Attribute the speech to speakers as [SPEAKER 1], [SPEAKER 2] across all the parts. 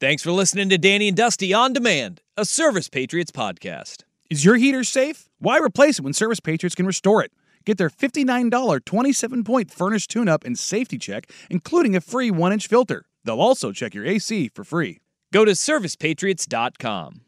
[SPEAKER 1] Thanks for listening to Danny and Dusty on Demand, a Service Patriots podcast.
[SPEAKER 2] Is your heater safe? Why replace it when Service Patriots can restore it? Get their $59 27 point furnace tune up and safety check, including a free 1 inch filter. They'll also check your AC for free.
[SPEAKER 1] Go to servicepatriots.com.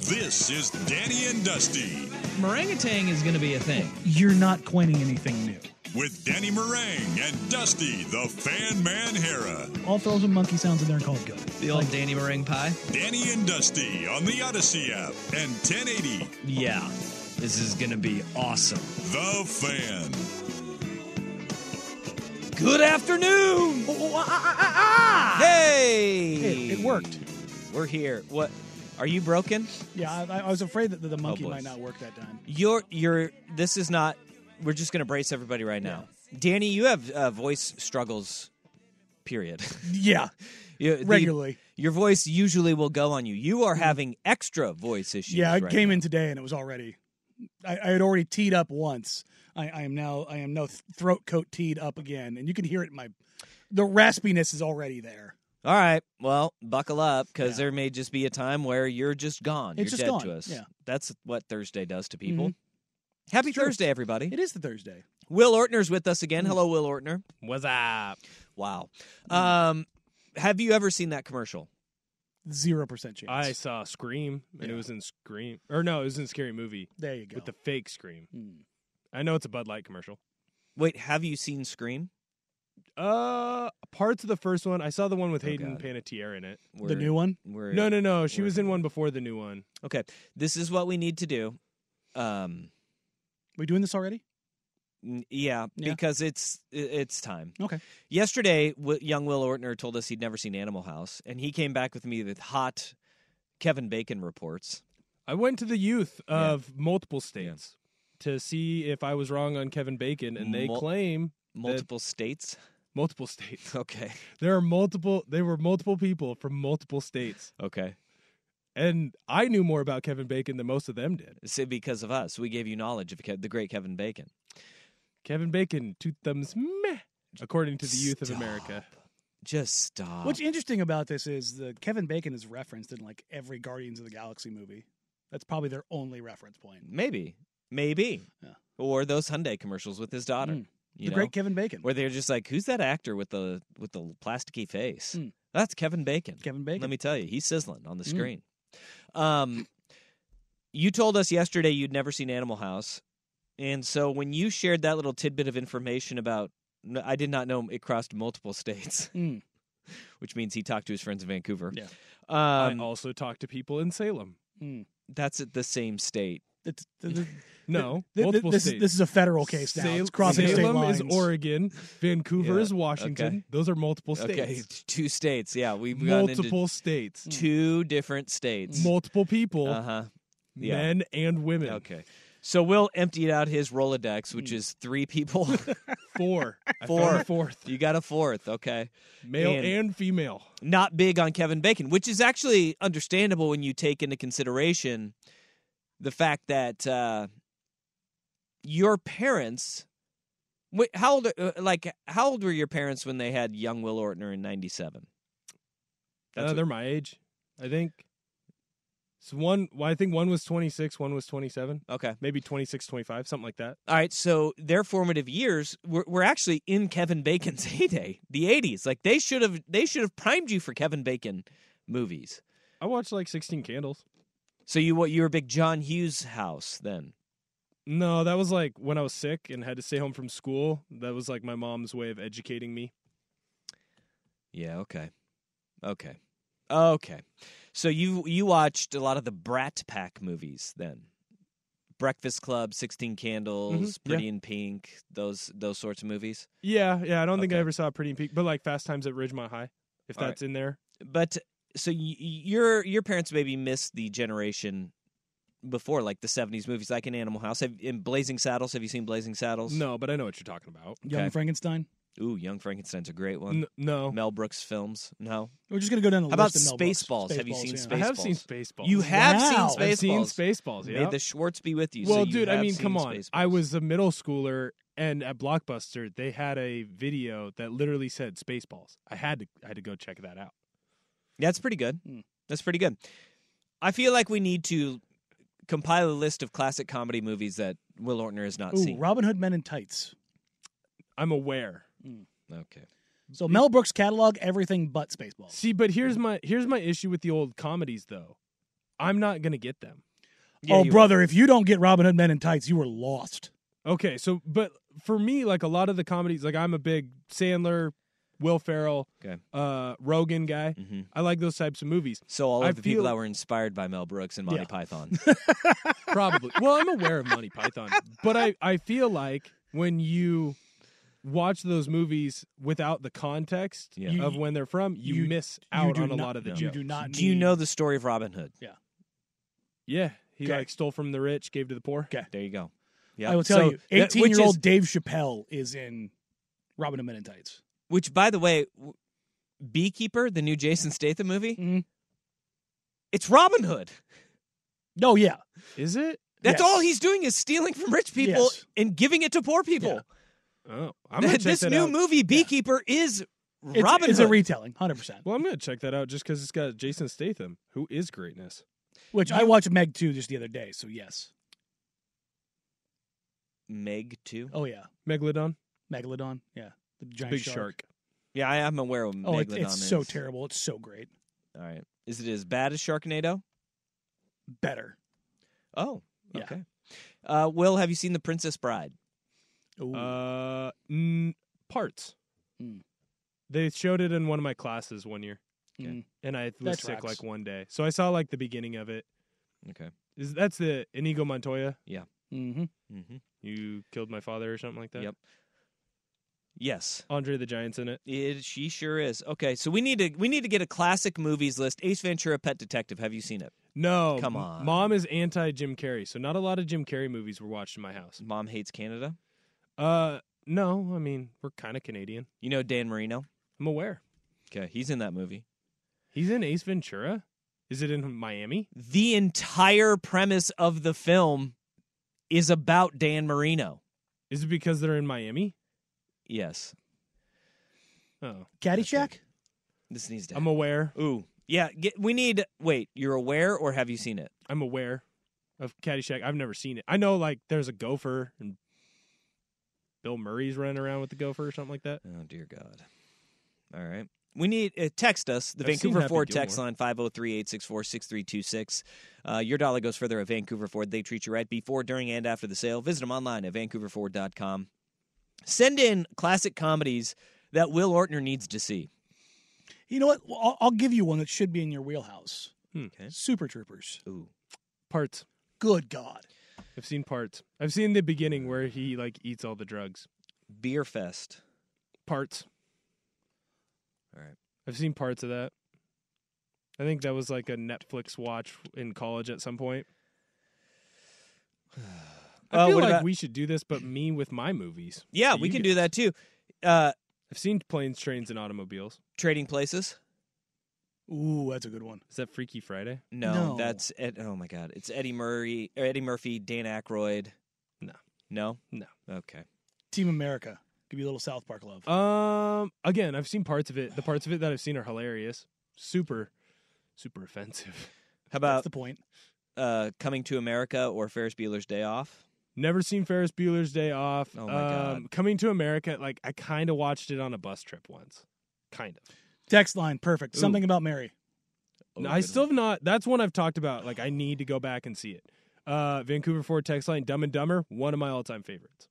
[SPEAKER 3] This is Danny and Dusty
[SPEAKER 4] Meringatang is going to be a thing. You're not coining anything new.
[SPEAKER 3] with Danny Meringue and Dusty the Fan Man Hera.
[SPEAKER 4] All throws and monkey sounds in there and call it good. The old Danny Meringue pie?
[SPEAKER 3] Danny and Dusty on the Odyssey app and 1080
[SPEAKER 1] Yeah, this is going to be awesome.
[SPEAKER 3] The Fan.
[SPEAKER 1] Good afternoon. ah, Hey.
[SPEAKER 4] It, it worked.
[SPEAKER 1] We're here. What? Are you broken?
[SPEAKER 4] Yeah, I, I was afraid that the,
[SPEAKER 2] Oh,
[SPEAKER 4] the monkey
[SPEAKER 1] boy.
[SPEAKER 4] might not work that time.
[SPEAKER 1] You're you're this is not we're just going to brace everybody right now. Danny, you have uh, voice struggles period.
[SPEAKER 4] Yeah,
[SPEAKER 1] You- the-
[SPEAKER 4] Regularly.
[SPEAKER 1] your voice usually will go on you. You are having extra voice issues.
[SPEAKER 4] Mm. yeah. I
[SPEAKER 1] right
[SPEAKER 4] came
[SPEAKER 1] now.
[SPEAKER 4] in today and it was already. I, I had already teed up once. I, I am now. I am now th- throat coat teed up again, and you can hear it. In my the raspiness is already there.
[SPEAKER 1] All right. Well, buckle up because there may just be a time where you're just gone.
[SPEAKER 4] It's
[SPEAKER 1] you're
[SPEAKER 4] just
[SPEAKER 1] dead
[SPEAKER 4] gone,
[SPEAKER 1] to us.
[SPEAKER 4] yeah. Mm-hmm.
[SPEAKER 1] That's what Thursday does to people. Happy Thursday, everybody.
[SPEAKER 4] It Mm. is the Thursday.
[SPEAKER 1] Will Ortner's with us again. Hello, Will Ortner.
[SPEAKER 5] What's up?
[SPEAKER 1] Wow.
[SPEAKER 4] Mm.
[SPEAKER 1] Um, have you ever seen that commercial?
[SPEAKER 4] Zero percent chance.
[SPEAKER 5] I saw Scream, and it was in Scream, or no, it was in Scary Movie
[SPEAKER 4] there you go.
[SPEAKER 5] with the fake Scream.
[SPEAKER 4] Hmm.
[SPEAKER 5] I know it's a Bud Light commercial.
[SPEAKER 1] Wait, have you seen Scream?
[SPEAKER 5] Uh, parts of the first one. I saw the one with
[SPEAKER 1] Oh,
[SPEAKER 5] Hayden
[SPEAKER 1] God.
[SPEAKER 5] Panettiere in it.
[SPEAKER 4] the new one.
[SPEAKER 1] We're,
[SPEAKER 5] No, no, no. She
[SPEAKER 1] Where-
[SPEAKER 5] was in one before the new one.
[SPEAKER 1] Okay. This is what we need to do. Um,
[SPEAKER 4] We doing this already?
[SPEAKER 1] N- Yeah,
[SPEAKER 4] Yeah.
[SPEAKER 1] because it's i- it's time.
[SPEAKER 4] Okay.
[SPEAKER 1] Yesterday, w- young Will Ortner told us he'd never seen Animal House, and he came back with me with hot Kevin Bacon reports.
[SPEAKER 5] I went to the youth
[SPEAKER 1] Yeah.
[SPEAKER 5] of multiple states to see if I was wrong on Kevin Bacon, and they
[SPEAKER 1] Mul-
[SPEAKER 5] claim
[SPEAKER 1] Multiple states.
[SPEAKER 5] multiple states.
[SPEAKER 1] Okay.
[SPEAKER 5] there are multiple. They were multiple people from multiple states,
[SPEAKER 1] Okay.
[SPEAKER 5] and I knew more about Kevin Bacon than most of them did.
[SPEAKER 1] It's because of us. We gave you knowledge of Ke- the great Kevin Bacon.
[SPEAKER 5] Kevin Bacon, two thumbs meh, according to the youth of America.
[SPEAKER 1] Just stop.
[SPEAKER 4] What's interesting about this is the Kevin Bacon is referenced in like every Guardians of the Galaxy movie. That's probably their only reference point.
[SPEAKER 1] Maybe. Maybe.
[SPEAKER 4] Yeah.
[SPEAKER 1] Or those Hyundai commercials with his daughter.
[SPEAKER 4] Mm.
[SPEAKER 1] You
[SPEAKER 4] the
[SPEAKER 1] know?
[SPEAKER 4] great Kevin Bacon.
[SPEAKER 1] Where they're just like, who's that actor with the with the plasticky face?
[SPEAKER 4] Mm.
[SPEAKER 1] That's Kevin Bacon.
[SPEAKER 4] Kevin Bacon.
[SPEAKER 1] Let me tell you, he's sizzling on the
[SPEAKER 4] Mm.
[SPEAKER 1] screen. Um, you told us yesterday you'd never seen Animal House, and so when you shared that little tidbit of information about, n- I did not know it crossed multiple states,
[SPEAKER 4] Mm.
[SPEAKER 1] which means he talked to his friends in Vancouver.
[SPEAKER 4] Yeah.
[SPEAKER 1] um,
[SPEAKER 5] I also talk to people in Salem.
[SPEAKER 1] that's at the same state.
[SPEAKER 4] It's- th- th-
[SPEAKER 5] No,
[SPEAKER 4] th-
[SPEAKER 5] multiple
[SPEAKER 4] this,
[SPEAKER 5] states.
[SPEAKER 4] This is a federal case now.
[SPEAKER 5] Sal-
[SPEAKER 4] it's crossing state
[SPEAKER 5] Salem
[SPEAKER 4] lines.
[SPEAKER 5] is Oregon. Vancouver
[SPEAKER 1] Yeah,
[SPEAKER 5] is Washington.
[SPEAKER 1] okay.
[SPEAKER 5] Those are multiple states.
[SPEAKER 1] Okay, two states. Yeah, we've gotten into Hmm.
[SPEAKER 5] Multiple mm. states.
[SPEAKER 1] two different states.
[SPEAKER 5] Multiple people,
[SPEAKER 1] Uh huh. yeah.
[SPEAKER 5] men and women.
[SPEAKER 1] Okay. So Will emptied out his Rolodex, which is three people.
[SPEAKER 5] Four. I
[SPEAKER 1] Four.
[SPEAKER 5] found a fourth.
[SPEAKER 1] you got a fourth, okay?
[SPEAKER 5] Male
[SPEAKER 1] And-
[SPEAKER 5] and, female.
[SPEAKER 1] Not big on Kevin Bacon, which is actually understandable when you take into consideration the fact that uh, your parents. Wait, how old? uh, Like, how old were your parents when they had young Will Ortner in '97?
[SPEAKER 5] Uh, they're my age, I think. So one, well, I think one was 26, one was 27,
[SPEAKER 1] Okay.
[SPEAKER 5] maybe 26, 25, something like that.
[SPEAKER 1] All right. So their formative years were, were actually in Kevin Bacon's heyday, the '80s. Like they should have they should have primed you for Kevin Bacon movies.
[SPEAKER 5] I watched like 16 Candles.
[SPEAKER 1] So you what you were a big John Hughes house then?
[SPEAKER 5] No, that was like when I was sick and had to stay home from school. That was like my mom's way of educating me.
[SPEAKER 1] Yeah. Okay. Okay. Okay. So you you watched a lot of the Brat Pack movies then. Breakfast Club, Sixteen Candles,
[SPEAKER 5] Mm-hmm, yeah.
[SPEAKER 1] Pretty in Pink, those those sorts of movies.
[SPEAKER 5] Yeah, yeah. I don't think I
[SPEAKER 1] Okay.
[SPEAKER 5] ever saw Pretty in Pink, but like Fast Times at Ridgemont High, if
[SPEAKER 1] All right.
[SPEAKER 5] that's in there.
[SPEAKER 1] But so y- y- your your parents maybe missed the generation before, like the '70s movies, like in Animal House, have, in Blazing Saddles. Have you seen Blazing Saddles?
[SPEAKER 5] No, but I know what you're talking about.
[SPEAKER 4] Young
[SPEAKER 1] Okay.
[SPEAKER 4] Frankenstein.
[SPEAKER 1] Ooh, Young Frankenstein's a great one.
[SPEAKER 5] N- no,
[SPEAKER 1] Mel Brooks films. No.
[SPEAKER 4] We're just gonna go down the
[SPEAKER 1] How about
[SPEAKER 4] list. of Mel Brooks.
[SPEAKER 1] Spaceballs? Have you seen
[SPEAKER 5] I have seen
[SPEAKER 1] Spaceballs.
[SPEAKER 5] Spaceballs.
[SPEAKER 1] You have
[SPEAKER 4] Wow.
[SPEAKER 1] seen Spaceballs.
[SPEAKER 5] I've seen Spaceballs.
[SPEAKER 1] May
[SPEAKER 5] Yeah.
[SPEAKER 1] the Schwartz be with you. so
[SPEAKER 5] well,
[SPEAKER 1] you
[SPEAKER 5] dude, I
[SPEAKER 1] have
[SPEAKER 5] mean,
[SPEAKER 1] seen
[SPEAKER 5] come on.
[SPEAKER 1] Spaceballs.
[SPEAKER 5] I was a middle schooler, and at Blockbuster, they had a video that literally said Spaceballs. I had to, I had to go check that out.
[SPEAKER 1] That's pretty good.
[SPEAKER 4] Hmm.
[SPEAKER 1] That's pretty good. I feel like we need to compile a list of classic comedy movies that Will Ortner has not
[SPEAKER 4] Ooh,
[SPEAKER 1] seen.
[SPEAKER 4] Robin Hood Men in Tights.
[SPEAKER 5] I'm aware.
[SPEAKER 1] okay.
[SPEAKER 4] So Mel Brooks catalog everything but Spaceballs.
[SPEAKER 5] See, but here's my here's my issue with the old comedies, though. I'm not gonna get them.
[SPEAKER 1] Yeah,
[SPEAKER 4] oh,
[SPEAKER 1] you-
[SPEAKER 4] brother, if you don't get Robin Hood Men in Tights, you were lost.
[SPEAKER 5] Okay, so but for me, like a lot of the comedies, like I'm a big Sandler, Will Ferrell,
[SPEAKER 1] Okay.
[SPEAKER 5] uh, Rogan guy.
[SPEAKER 1] Mhm.
[SPEAKER 5] I like those types of movies.
[SPEAKER 1] So all of
[SPEAKER 5] I
[SPEAKER 1] the people
[SPEAKER 5] feel-
[SPEAKER 1] that were inspired by Mel Brooks and Monty
[SPEAKER 4] Yeah.
[SPEAKER 1] Python.
[SPEAKER 5] Probably. well, I'm aware of Monty Python, but I I feel like when you watch those movies without the context
[SPEAKER 1] Yeah.
[SPEAKER 5] of when they're from, you,
[SPEAKER 4] you-
[SPEAKER 5] miss
[SPEAKER 4] you
[SPEAKER 5] out
[SPEAKER 4] do
[SPEAKER 5] on a
[SPEAKER 4] not-
[SPEAKER 5] lot of the
[SPEAKER 4] You
[SPEAKER 5] jokes.
[SPEAKER 4] do not.
[SPEAKER 1] Do you
[SPEAKER 4] need-
[SPEAKER 1] know the story of Robin Hood?
[SPEAKER 5] Yeah, he
[SPEAKER 4] Okay.
[SPEAKER 5] like stole from the rich, gave to the poor.
[SPEAKER 4] Okay.
[SPEAKER 1] There you go. Yeah.
[SPEAKER 4] I will tell
[SPEAKER 1] So
[SPEAKER 4] you,
[SPEAKER 1] that- which
[SPEAKER 4] eighteen-year-old
[SPEAKER 1] is-
[SPEAKER 4] Dave Chappelle is in Robin Hood Men in Tights.
[SPEAKER 1] which, by the way, w- Beekeeper, the new Jason Statham movie,
[SPEAKER 4] Mhm.
[SPEAKER 1] it's Robin Hood.
[SPEAKER 4] Oh yeah,
[SPEAKER 5] Is it?
[SPEAKER 1] That's
[SPEAKER 4] Yes.
[SPEAKER 1] all he's doing is stealing from rich people
[SPEAKER 4] Yes.
[SPEAKER 1] and giving it to poor people.
[SPEAKER 4] Yeah.
[SPEAKER 5] Oh, I'm gonna check
[SPEAKER 1] this
[SPEAKER 5] that
[SPEAKER 1] new
[SPEAKER 5] out.
[SPEAKER 1] movie, Beekeeper, is
[SPEAKER 4] it's,
[SPEAKER 1] Robin
[SPEAKER 4] it's a
[SPEAKER 1] Hood.
[SPEAKER 4] retelling, hundred percent.
[SPEAKER 5] Well, I'm gonna check that out just because it's got Jason Statham, who is greatness.
[SPEAKER 4] Which I watched Meg two just the other day. So yes,
[SPEAKER 1] Meg too.
[SPEAKER 4] oh yeah,
[SPEAKER 5] Megalodon,
[SPEAKER 4] Megalodon, yeah, the giant
[SPEAKER 5] big shark.
[SPEAKER 1] Yeah, I, I'm aware of
[SPEAKER 4] Oh, it-
[SPEAKER 1] Megalodon.
[SPEAKER 4] it's so
[SPEAKER 1] is.
[SPEAKER 4] terrible. It's so great.
[SPEAKER 1] All right, is it as bad as Sharknado?
[SPEAKER 4] Better.
[SPEAKER 1] Oh,
[SPEAKER 4] Yeah.
[SPEAKER 1] okay. Uh, Will, have you seen The Princess Bride?
[SPEAKER 4] Ooh.
[SPEAKER 5] Uh, n- parts.
[SPEAKER 4] Mm.
[SPEAKER 5] They showed it in one of my classes one year,
[SPEAKER 4] Mm.
[SPEAKER 5] and I was
[SPEAKER 4] That
[SPEAKER 5] sick
[SPEAKER 4] tracks.
[SPEAKER 5] like one day, so I saw like the beginning of it.
[SPEAKER 1] Okay.
[SPEAKER 5] Is that's the Inigo Montoya?
[SPEAKER 4] Mhm.
[SPEAKER 1] hmm
[SPEAKER 5] You killed my father or something like that.
[SPEAKER 1] Yep. Yes.
[SPEAKER 5] Andre the Giant's in it.
[SPEAKER 1] It, she sure is. Okay, so we need to we need to get a classic movies list. Ace Ventura: Pet Detective. Have you seen it?
[SPEAKER 5] No,
[SPEAKER 1] Come
[SPEAKER 5] m-
[SPEAKER 1] on.
[SPEAKER 5] Mom is anti Jim Carrey, so not a lot of Jim Carrey movies were watched in my house.
[SPEAKER 1] Mom hates Canada.
[SPEAKER 5] Uh, no, I mean we're kind of Canadian.
[SPEAKER 1] You know Dan Marino.
[SPEAKER 5] I'm aware.
[SPEAKER 1] Okay, he's in that movie.
[SPEAKER 5] He's in Ace Ventura. Is it in Miami?
[SPEAKER 1] The entire premise of the film is about Dan Marino.
[SPEAKER 5] Is it because they're in Miami?
[SPEAKER 1] Yes,
[SPEAKER 5] Oh,
[SPEAKER 4] Caddyshack.
[SPEAKER 1] this needs to.
[SPEAKER 5] I'm aware.
[SPEAKER 1] Ooh, yeah. Get, we need. Wait, you're aware or have you seen it?
[SPEAKER 5] I'm aware of Caddyshack. I've never seen it. I know like there's a gopher and Bill Murray's running around with the gopher or something like that.
[SPEAKER 1] Oh dear God. All right. We need uh, text us the
[SPEAKER 5] I've seen
[SPEAKER 1] Vancouver
[SPEAKER 5] Happy
[SPEAKER 1] Ford text
[SPEAKER 5] Gilmore.
[SPEAKER 1] line 503-864-6326. Uh, your dollar goes further at Vancouver Ford. They treat you right before, during, and after the sale. Visit them online at vancouverford.com. Send in classic comedies that Will Ortner needs to see.
[SPEAKER 4] You know what? Well, I'll, I'll give you one that should be in your wheelhouse.
[SPEAKER 1] Hmm, Okay.
[SPEAKER 4] Super Troopers.
[SPEAKER 1] Ooh.
[SPEAKER 5] Parts.
[SPEAKER 4] Good God.
[SPEAKER 5] I've seen parts. I've seen the beginning where he like eats all the drugs.
[SPEAKER 1] Beer Fest.
[SPEAKER 5] Parts.
[SPEAKER 1] All right.
[SPEAKER 5] I've seen parts of that. I think that was like a Netflix watch in college at some point. I
[SPEAKER 1] Uh,
[SPEAKER 5] feel
[SPEAKER 1] what
[SPEAKER 5] like
[SPEAKER 1] about-
[SPEAKER 5] we should do this, but me with my movies.
[SPEAKER 1] Yeah,
[SPEAKER 5] You
[SPEAKER 1] we can
[SPEAKER 5] guys.
[SPEAKER 1] do that too. Uh,
[SPEAKER 5] I've seen planes, trains, and automobiles.
[SPEAKER 1] trading Places?
[SPEAKER 4] Ooh, that's a good one.
[SPEAKER 5] Is that Freaky Friday?
[SPEAKER 1] No,
[SPEAKER 4] No.
[SPEAKER 1] that's Ed, oh my God. It's Eddie Murray, or Eddie Murphy, Dan Aykroyd.
[SPEAKER 5] No.
[SPEAKER 1] No?
[SPEAKER 5] No.
[SPEAKER 1] Okay.
[SPEAKER 4] Team America. Give you a little South Park love.
[SPEAKER 5] Um, again, I've seen parts of it. The parts of it that I've seen are hilarious, super, super offensive.
[SPEAKER 1] How
[SPEAKER 4] That's
[SPEAKER 1] about
[SPEAKER 4] the point.
[SPEAKER 1] uh, Coming to America or Ferris Bueller's Day Off?
[SPEAKER 5] Never seen Ferris Bueller's Day Off. Um,
[SPEAKER 1] Oh my God.
[SPEAKER 5] Coming to America, like I kind of watched it on a bus trip once, kind of.
[SPEAKER 4] Text line, perfect.
[SPEAKER 5] Ooh.
[SPEAKER 4] Something about Mary.
[SPEAKER 5] No, I still have not. That's one I've talked about. Like I need to go back and see it. Uh, Vancouver Ford text line, Dumb and Dumber, one of my all-time favorites.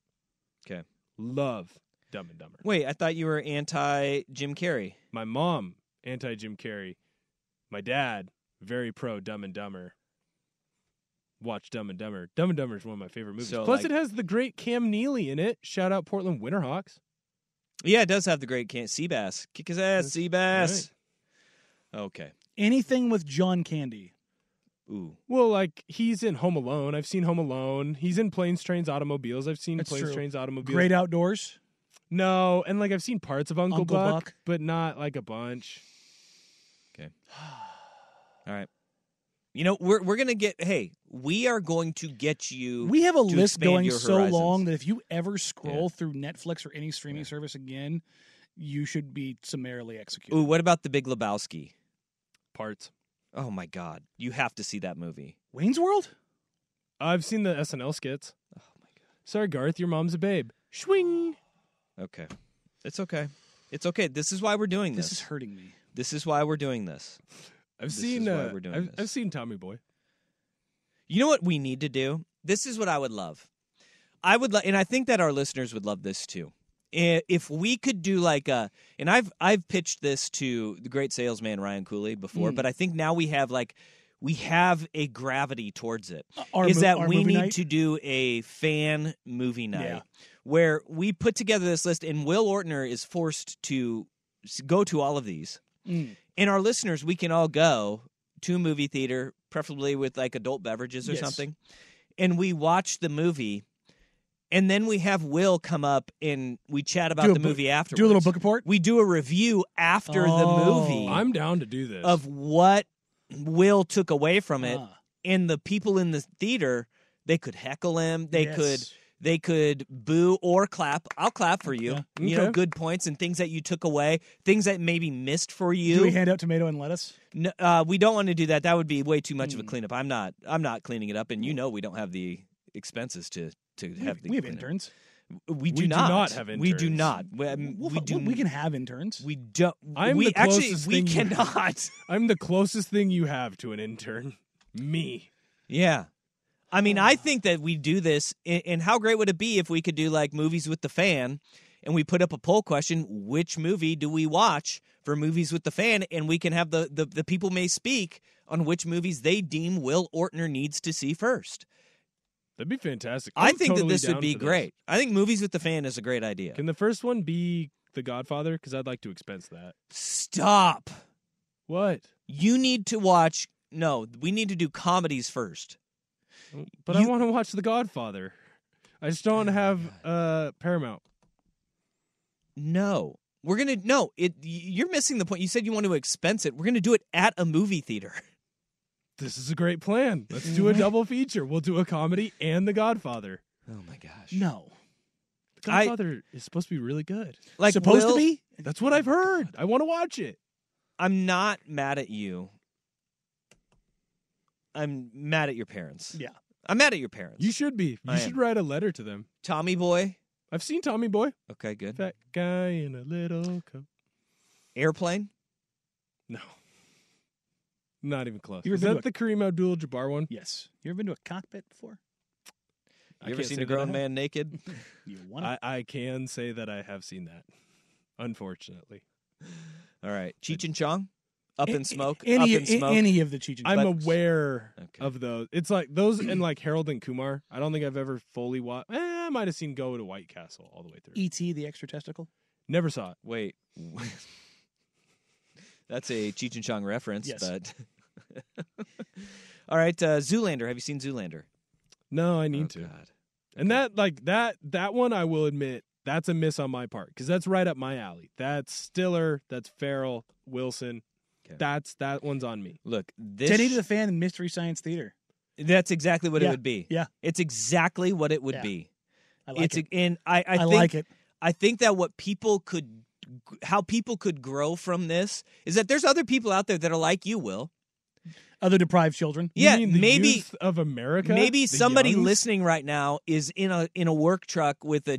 [SPEAKER 1] 'Kay.
[SPEAKER 5] love Dumb and Dumber.
[SPEAKER 1] Wait, I thought you were anti Jim Carrey.
[SPEAKER 5] My mom anti Jim Carrey. My dad very pro Dumb and Dumber. Watch Dumb and Dumber. Dumb and Dumber is one of my favorite movies.
[SPEAKER 1] So,
[SPEAKER 5] Plus,
[SPEAKER 1] like-
[SPEAKER 5] it has the great Cam Neely in it. Shout out Portland Winterhawks.
[SPEAKER 1] Yeah, it does have the great can Seabass. Kick his ass,
[SPEAKER 5] That's-
[SPEAKER 1] Seabass. Okay.
[SPEAKER 4] Anything with John Candy.
[SPEAKER 1] Ooh.
[SPEAKER 5] Well, like he's in Home Alone. I've seen Home Alone. He's in Planes, Trains, Automobiles. I've seen
[SPEAKER 4] That's
[SPEAKER 5] Planes,
[SPEAKER 4] true.
[SPEAKER 5] Trains, Automobiles.
[SPEAKER 4] Great outdoors.
[SPEAKER 5] No, and like I've seen parts of Uncle,
[SPEAKER 4] Uncle
[SPEAKER 5] Buck,
[SPEAKER 4] Buck.
[SPEAKER 5] but not like a bunch.
[SPEAKER 1] All right. You know, we're we're gonna get hey, we are going to get you
[SPEAKER 4] We have a
[SPEAKER 1] to
[SPEAKER 4] list
[SPEAKER 1] expand
[SPEAKER 4] going
[SPEAKER 1] your
[SPEAKER 4] so
[SPEAKER 1] horizons.
[SPEAKER 4] long that if you ever scroll through Netflix or any streaming service again, you should be summarily executed.
[SPEAKER 1] Ooh, what about the Big Lebowski?
[SPEAKER 5] Parts.
[SPEAKER 1] Oh my god. You have to see that movie.
[SPEAKER 4] Wayne's World?
[SPEAKER 5] I've seen the SNL skits. Oh my god. Sorry, Garth, your mom's a babe. Swing.
[SPEAKER 1] Okay. It's okay. It's okay. This is why we're doing this.
[SPEAKER 4] This is hurting me.
[SPEAKER 1] This is why we're doing this.
[SPEAKER 5] I've
[SPEAKER 1] This
[SPEAKER 5] seen.
[SPEAKER 1] is why
[SPEAKER 5] uh,
[SPEAKER 1] we're doing
[SPEAKER 5] I've,
[SPEAKER 1] this.
[SPEAKER 5] I've seen Tommy Boy.
[SPEAKER 1] You know what we need to do? This is what I would love. I would, lo- and I think that our listeners would love this too. I- If we could do like a, and I've I've pitched this to the great salesman Ryan Cooley before, but I think now we have like we have a gravity towards it. Is
[SPEAKER 4] our mo-
[SPEAKER 1] that
[SPEAKER 4] our
[SPEAKER 1] we
[SPEAKER 4] movie
[SPEAKER 1] need
[SPEAKER 4] night?
[SPEAKER 1] to do a fan movie night
[SPEAKER 4] Yeah.
[SPEAKER 1] where we put together this list, and Will Ortner is forced to s- go to all of these
[SPEAKER 4] Mm.
[SPEAKER 1] and our listeners, we can all go to a movie theater, preferably with like adult beverages or
[SPEAKER 4] Yes.
[SPEAKER 1] something, and we watch the movie, and then we have Will come up and we chat about
[SPEAKER 4] Do a
[SPEAKER 1] the
[SPEAKER 4] bo-
[SPEAKER 1] movie afterwards.
[SPEAKER 4] Do a little book report?
[SPEAKER 1] We do a review after
[SPEAKER 4] Oh.
[SPEAKER 1] the movie
[SPEAKER 5] I'm down to do this.
[SPEAKER 1] of what Will took away from it,
[SPEAKER 4] Ah,
[SPEAKER 1] and the people in the theater they could heckle him, they
[SPEAKER 4] yes.
[SPEAKER 1] could they could boo or clap. I'll clap for you.
[SPEAKER 5] Yeah.
[SPEAKER 1] You know,
[SPEAKER 5] Okay.
[SPEAKER 1] good points and things that you took away, things that maybe missed for you.
[SPEAKER 4] Do we hand out tomato and lettuce?
[SPEAKER 1] No, uh, we don't want to do that. That would be way too much of a cleanup. I'm not. I'm not cleaning it up, and you know we don't have the expenses to to
[SPEAKER 4] We
[SPEAKER 1] have.
[SPEAKER 4] have,
[SPEAKER 1] the
[SPEAKER 4] we have
[SPEAKER 1] cleanup.
[SPEAKER 4] interns.
[SPEAKER 1] We do
[SPEAKER 5] do
[SPEAKER 1] not.
[SPEAKER 5] not have
[SPEAKER 1] We do
[SPEAKER 5] interns.
[SPEAKER 1] not. We, um,
[SPEAKER 4] We'll
[SPEAKER 1] we
[SPEAKER 4] fi-
[SPEAKER 1] do.
[SPEAKER 4] we can have interns.
[SPEAKER 1] We don't.
[SPEAKER 5] I'm
[SPEAKER 1] we
[SPEAKER 5] the
[SPEAKER 1] actually
[SPEAKER 5] closest
[SPEAKER 1] we
[SPEAKER 5] thing you-
[SPEAKER 1] cannot.
[SPEAKER 5] I'm the closest thing you have to an intern. Me.
[SPEAKER 1] yeah. I mean, I think that we do this, a- and how great would it be if we could do like movies with the fan, and we put up a poll question: which movie do we watch for movies with the fan? And we can have the the, the people may speak on which movies they deem Will Ortner needs to see first.
[SPEAKER 5] That'd be fantastic.
[SPEAKER 1] I
[SPEAKER 5] I'm
[SPEAKER 1] think
[SPEAKER 5] totally
[SPEAKER 1] that this
[SPEAKER 5] down
[SPEAKER 1] would be
[SPEAKER 5] for
[SPEAKER 1] great. I think movies with the fan is a great idea.
[SPEAKER 5] Can the first one be The Godfather? Because I'd like to expense that.
[SPEAKER 1] Stop.
[SPEAKER 5] What?
[SPEAKER 1] You need to watch. No, we need to do comedies first.
[SPEAKER 5] But I
[SPEAKER 1] You-
[SPEAKER 5] want to watch The Godfather. I just don't have uh, Paramount.
[SPEAKER 1] No, we're gonna. No, it. y- You're missing the point. You said you want to expense it. We're gonna do it at a movie theater.
[SPEAKER 5] This is a great plan. Let's do
[SPEAKER 1] Mm-hmm.
[SPEAKER 5] a double feature. We'll do a comedy and The Godfather.
[SPEAKER 1] Oh my gosh.
[SPEAKER 4] no.
[SPEAKER 5] The
[SPEAKER 1] I-
[SPEAKER 5] Godfather is supposed to be really good.
[SPEAKER 1] Like
[SPEAKER 4] Supposed
[SPEAKER 1] Will-
[SPEAKER 4] to be?
[SPEAKER 5] That's what
[SPEAKER 1] Oh
[SPEAKER 5] I've heard. I want to watch it.
[SPEAKER 1] I'm not mad at you. I'm mad at your parents.
[SPEAKER 4] Yeah.
[SPEAKER 1] I'm mad at your parents.
[SPEAKER 5] You should be.
[SPEAKER 1] I
[SPEAKER 5] You
[SPEAKER 1] am.
[SPEAKER 5] should write a letter to them.
[SPEAKER 1] Tommy Boy.
[SPEAKER 5] I've seen Tommy Boy,
[SPEAKER 1] Okay, good.
[SPEAKER 5] fat guy in a little coat.
[SPEAKER 1] Airplane.
[SPEAKER 5] No, not even close.
[SPEAKER 4] You ever
[SPEAKER 5] is
[SPEAKER 4] been to
[SPEAKER 5] that
[SPEAKER 4] a-
[SPEAKER 5] the Kareem Abdul-Jabbar one?
[SPEAKER 4] Yes. You ever been to a cockpit before?
[SPEAKER 5] I
[SPEAKER 1] You ever
[SPEAKER 5] can't
[SPEAKER 1] seen
[SPEAKER 5] say
[SPEAKER 1] a
[SPEAKER 5] that I
[SPEAKER 1] grown
[SPEAKER 5] have.
[SPEAKER 1] man naked?
[SPEAKER 4] You want
[SPEAKER 5] I, I can say that I have seen that. Unfortunately,
[SPEAKER 1] All right. Cheech and Chong. Up in smoke.
[SPEAKER 4] Any,
[SPEAKER 1] up in
[SPEAKER 4] a-
[SPEAKER 1] smoke.
[SPEAKER 4] any of the Cheech and
[SPEAKER 5] I'm
[SPEAKER 1] But-
[SPEAKER 5] aware
[SPEAKER 1] Okay.
[SPEAKER 5] of those. It's like those and like Harold and Kumar. I don't think I've ever fully watched. Eh, I might have seen Go to White Castle all the way
[SPEAKER 1] E
[SPEAKER 5] through.
[SPEAKER 4] E.T. E the extra testicle.
[SPEAKER 5] Never saw it.
[SPEAKER 1] Wait. That's a Cheech and Chong reference,
[SPEAKER 4] Yes.
[SPEAKER 1] but. All right, uh, Zoolander. Have you seen Zoolander?
[SPEAKER 5] No, I
[SPEAKER 1] Oh,
[SPEAKER 5] need to. And that like that that one I will admit that's a miss on my part because that's right up my alley. That's Stiller. That's Farrell Wilson.
[SPEAKER 1] Okay.
[SPEAKER 5] That's that one's on me.
[SPEAKER 1] Look, this.
[SPEAKER 4] Teddy to the Fan and Mystery Science Theater.
[SPEAKER 1] that's exactly what it
[SPEAKER 4] Yeah,
[SPEAKER 1] would be.
[SPEAKER 4] yeah.
[SPEAKER 1] It's exactly what it would
[SPEAKER 4] Yeah.
[SPEAKER 1] be.
[SPEAKER 4] I like
[SPEAKER 1] it's
[SPEAKER 4] it.
[SPEAKER 1] a- and I I,
[SPEAKER 4] I
[SPEAKER 1] think,
[SPEAKER 4] like it.
[SPEAKER 1] I think that what people could, how people could grow from this is that there's other people out there that are like you, Will,
[SPEAKER 4] other deprived children.
[SPEAKER 5] You
[SPEAKER 1] Yeah,
[SPEAKER 5] mean the
[SPEAKER 1] maybe-
[SPEAKER 5] youth of America.
[SPEAKER 1] Maybe
[SPEAKER 5] The
[SPEAKER 1] somebody
[SPEAKER 5] youngs?
[SPEAKER 1] listening right now is in a in a work truck with a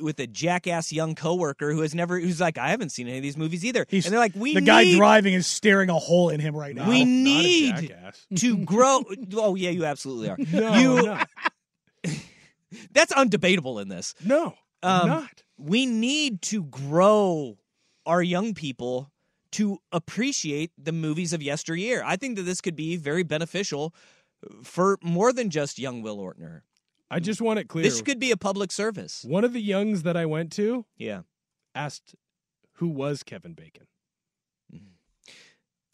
[SPEAKER 1] with a jackass young coworker who has never who's like I haven't seen any of these movies either.
[SPEAKER 4] He's-
[SPEAKER 1] and they're like we
[SPEAKER 4] the guy
[SPEAKER 1] need
[SPEAKER 4] driving is staring a hole in him right now.
[SPEAKER 1] we
[SPEAKER 5] Not a
[SPEAKER 1] need-
[SPEAKER 5] jackass.
[SPEAKER 1] to grow Oh yeah, you absolutely are.
[SPEAKER 5] No,
[SPEAKER 1] You-
[SPEAKER 5] I'm not.
[SPEAKER 1] That's undebatable in this.
[SPEAKER 5] no, I'm
[SPEAKER 1] Um,
[SPEAKER 5] not.
[SPEAKER 1] We need to grow our young people to appreciate the movies of yesteryear. I think that this could be very beneficial for more than just young Will Ortner.
[SPEAKER 5] I just want it clear.
[SPEAKER 1] This could be a public service.
[SPEAKER 5] One of the youngs that I went to
[SPEAKER 1] Yeah.
[SPEAKER 5] asked who was Kevin Bacon.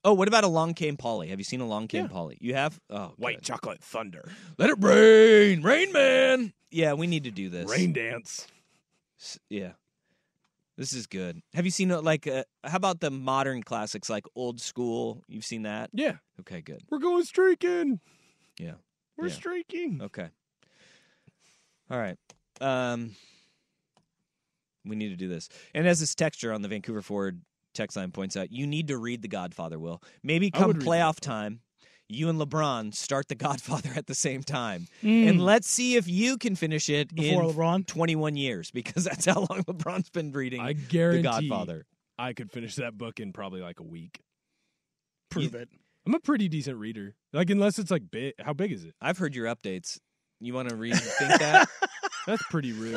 [SPEAKER 1] Oh, what about Along Came Polly? Have you seen Along Came
[SPEAKER 5] Yeah.
[SPEAKER 1] Polly? You have? Oh, good.
[SPEAKER 5] chocolate thunder,
[SPEAKER 1] Let it rain, Rain Man. Yeah, we need to do this.
[SPEAKER 5] rain dance.
[SPEAKER 1] S- Yeah, this is good. Have you seen uh, like uh, how about the modern classics like Old School? You've seen that?
[SPEAKER 5] Yeah,
[SPEAKER 1] Okay, good.
[SPEAKER 5] we're going streaking.
[SPEAKER 1] Yeah.
[SPEAKER 5] We're
[SPEAKER 1] Yeah.
[SPEAKER 5] streaking.
[SPEAKER 1] Okay. All right. Um, we need to do this. And as this texture on the Vancouver Forward text line points out, you need to read The Godfather. Will maybe
[SPEAKER 5] I
[SPEAKER 1] come
[SPEAKER 5] would read The
[SPEAKER 1] playoff time, you and LeBron start The Godfather at the same time, and Mm. let's see if you can finish it
[SPEAKER 4] Hmm. Before
[SPEAKER 1] in
[SPEAKER 4] LeBron?
[SPEAKER 1] 21 years because that's how long LeBron's been reading
[SPEAKER 5] I
[SPEAKER 1] The
[SPEAKER 5] guarantee
[SPEAKER 1] Godfather.
[SPEAKER 5] I could finish that book in probably like a week.
[SPEAKER 4] prove it.
[SPEAKER 5] I'm a pretty decent reader. Like unless it's like big. How big is it?
[SPEAKER 1] I've heard your updates. You want to rethink that?
[SPEAKER 5] That's pretty rude.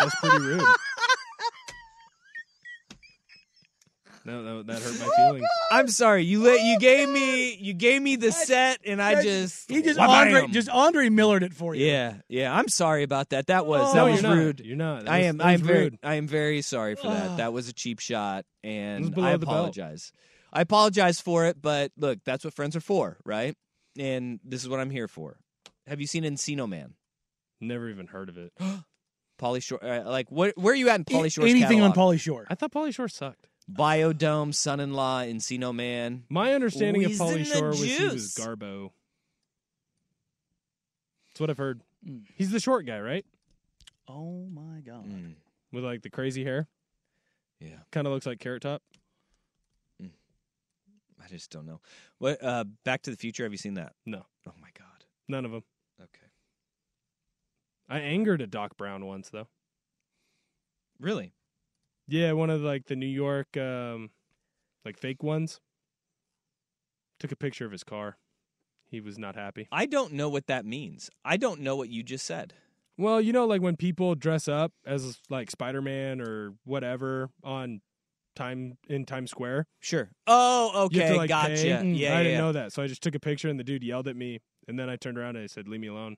[SPEAKER 5] That's pretty rude. No, no, that hurt my
[SPEAKER 4] Oh,
[SPEAKER 5] feelings.
[SPEAKER 1] I'm sorry. You let you gave me you gave me the set, and I just
[SPEAKER 4] He just
[SPEAKER 1] Wham!
[SPEAKER 4] Andre, just Andre Millered it for you.
[SPEAKER 1] Yeah, yeah. I'm sorry about that. That was
[SPEAKER 5] No,
[SPEAKER 1] that
[SPEAKER 5] you're
[SPEAKER 1] was
[SPEAKER 5] not.
[SPEAKER 1] rude.
[SPEAKER 5] You're not. That
[SPEAKER 1] I
[SPEAKER 5] was-
[SPEAKER 1] am.
[SPEAKER 5] that
[SPEAKER 1] I am
[SPEAKER 5] was
[SPEAKER 1] very.
[SPEAKER 5] rude.
[SPEAKER 1] I am very sorry for that. That was a cheap shot,
[SPEAKER 5] was
[SPEAKER 1] and
[SPEAKER 5] below
[SPEAKER 1] I
[SPEAKER 5] the belt.
[SPEAKER 1] apologize. I apologize for it, but look, that's what friends are for, right? And this is what I'm here for. Have you seen Encino Man?
[SPEAKER 5] Never even heard of it.
[SPEAKER 1] Polly Shore. Uh, like, what? Where are you at in Polly
[SPEAKER 4] A-
[SPEAKER 1] Shore's
[SPEAKER 4] anything on
[SPEAKER 1] catalog?
[SPEAKER 4] Polly Shore.
[SPEAKER 5] I thought Polly Shore sucked.
[SPEAKER 1] Biodome, Son-in-Law, Encino Man.
[SPEAKER 5] My understanding of
[SPEAKER 1] Wheezing
[SPEAKER 5] Polly
[SPEAKER 1] the
[SPEAKER 5] Shore was he
[SPEAKER 1] juice.
[SPEAKER 5] was Garbo. That's what I've heard. He's the short guy, right?
[SPEAKER 4] Mm. Oh my god.
[SPEAKER 1] Mm,
[SPEAKER 5] With like the crazy hair.
[SPEAKER 1] yeah,
[SPEAKER 5] Kind of looks like Carrot Top.
[SPEAKER 1] I just don't know. What? Uh, Back to the Future. Have you seen that?
[SPEAKER 5] No.
[SPEAKER 1] Oh my God.
[SPEAKER 5] None of them.
[SPEAKER 1] Okay.
[SPEAKER 5] I angered a Doc Brown once though.
[SPEAKER 1] Really?
[SPEAKER 5] Yeah, one of like the New York um like fake ones. Took a picture of his car. He was not happy.
[SPEAKER 1] I don't know what that means. I don't know what you just said.
[SPEAKER 5] Well, you know like when people dress up as like Spider-Man or whatever on time in Times Square.
[SPEAKER 1] Sure. Oh,
[SPEAKER 5] You have
[SPEAKER 1] okay,
[SPEAKER 5] to, like,
[SPEAKER 1] gotcha.
[SPEAKER 5] pay.
[SPEAKER 1] Yeah, yeah,
[SPEAKER 5] I didn't
[SPEAKER 1] yeah.
[SPEAKER 5] know that, so I just took a picture, and the dude yelled at me, and then I turned around and I said, "Leave me alone,"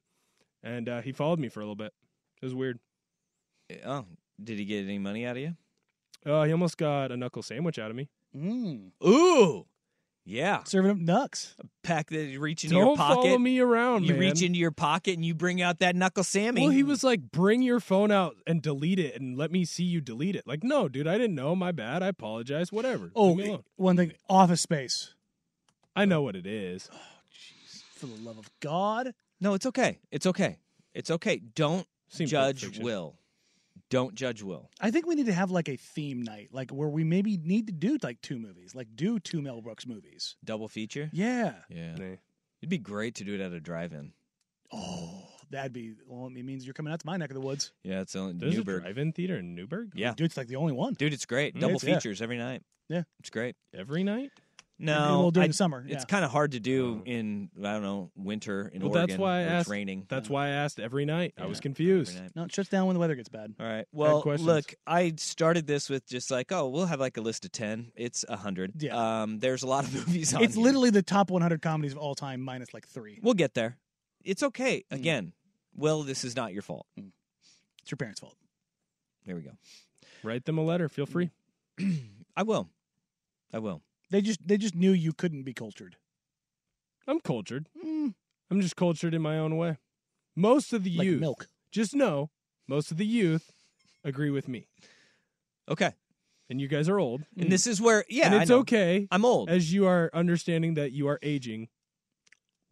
[SPEAKER 5] and uh, he followed me for a little bit. It was weird.
[SPEAKER 1] Oh, did he get any money out of you?
[SPEAKER 5] Uh, he almost got a knuckle sandwich out of me.
[SPEAKER 4] Mm.
[SPEAKER 1] Ooh, yeah.
[SPEAKER 4] Serving up nucks.
[SPEAKER 1] Pack that you reach into
[SPEAKER 5] Don't
[SPEAKER 1] your pocket.
[SPEAKER 5] follow me around,
[SPEAKER 1] you
[SPEAKER 5] man.
[SPEAKER 1] reach into your pocket and you bring out that knuckle Sammy.
[SPEAKER 5] well, he was like, "Bring your phone out and delete it, and let me see you delete it." Like, no, dude, I didn't know. My bad. I apologize. Whatever. Leave
[SPEAKER 4] Oh,
[SPEAKER 5] me alone.
[SPEAKER 4] one thing. Office Space.
[SPEAKER 5] I know what it is.
[SPEAKER 4] For the love of God.
[SPEAKER 1] No, it's okay. It's okay. It's okay. Don't
[SPEAKER 5] Seems like
[SPEAKER 1] judge
[SPEAKER 5] fiction.
[SPEAKER 1] Will. Don't judge Will.
[SPEAKER 4] I think we need to have like a theme night, like where we maybe need to do like two movies, like do two Mel Brooks movies.
[SPEAKER 1] Double feature.
[SPEAKER 4] Yeah.
[SPEAKER 1] Yeah.
[SPEAKER 5] Nah.
[SPEAKER 1] It'd be great to do it at a drive-in.
[SPEAKER 4] Oh, that'd be. Well, it means you're coming out to my neck of the woods,
[SPEAKER 1] Yeah, it's only
[SPEAKER 5] There's a
[SPEAKER 1] Newburgh.
[SPEAKER 5] drive-in theater in Newburgh.
[SPEAKER 1] Yeah.
[SPEAKER 4] dude. It's like the only one.
[SPEAKER 1] Dude, it's great.
[SPEAKER 5] Mm,
[SPEAKER 1] Double
[SPEAKER 4] it's- yeah.
[SPEAKER 1] features every night.
[SPEAKER 4] Yeah.
[SPEAKER 1] It's great.
[SPEAKER 5] Every night.
[SPEAKER 1] No,
[SPEAKER 4] well, during
[SPEAKER 1] I-
[SPEAKER 4] the summer,
[SPEAKER 1] it's
[SPEAKER 4] yeah.
[SPEAKER 1] kind of hard to do
[SPEAKER 5] Oh.
[SPEAKER 1] in I don't know winter in
[SPEAKER 5] Well,
[SPEAKER 1] Oregon.
[SPEAKER 5] that's why I
[SPEAKER 1] where it's
[SPEAKER 5] asked.
[SPEAKER 1] raining.
[SPEAKER 5] That's why I asked every night. I
[SPEAKER 1] Yeah.
[SPEAKER 5] was
[SPEAKER 1] every
[SPEAKER 5] confused.
[SPEAKER 1] night.
[SPEAKER 4] No, it shuts down when the weather gets bad.
[SPEAKER 1] All right. Well,
[SPEAKER 5] questions.
[SPEAKER 1] look, I started this with just like, oh, we'll have like a list of ten. It's a hundred.
[SPEAKER 4] Yeah.
[SPEAKER 1] Um, there's a lot of movies on.
[SPEAKER 4] It's
[SPEAKER 1] here.
[SPEAKER 4] literally the top 100 comedies of all time, minus like three.
[SPEAKER 1] We'll get there. It's okay.
[SPEAKER 5] Hmm.
[SPEAKER 1] Again, Will, this is not your fault.
[SPEAKER 4] It's your parents' fault.
[SPEAKER 1] There we go.
[SPEAKER 5] Write them a letter. Feel
[SPEAKER 1] Mm.
[SPEAKER 5] free.
[SPEAKER 1] I will. I will.
[SPEAKER 4] They just they just knew you couldn't be cultured.
[SPEAKER 5] I'm cultured.
[SPEAKER 1] Mm.
[SPEAKER 5] I'm just cultured in my own way. Most of the
[SPEAKER 4] Like
[SPEAKER 5] youth,
[SPEAKER 4] milk.
[SPEAKER 5] just know, most of the youth agree with me.
[SPEAKER 1] Okay.
[SPEAKER 5] And you guys are old.
[SPEAKER 1] And this is where, yeah,
[SPEAKER 5] Hmm. and
[SPEAKER 1] I
[SPEAKER 5] it's
[SPEAKER 1] know.
[SPEAKER 5] okay
[SPEAKER 1] I'm old.
[SPEAKER 5] as you are understanding that you are aging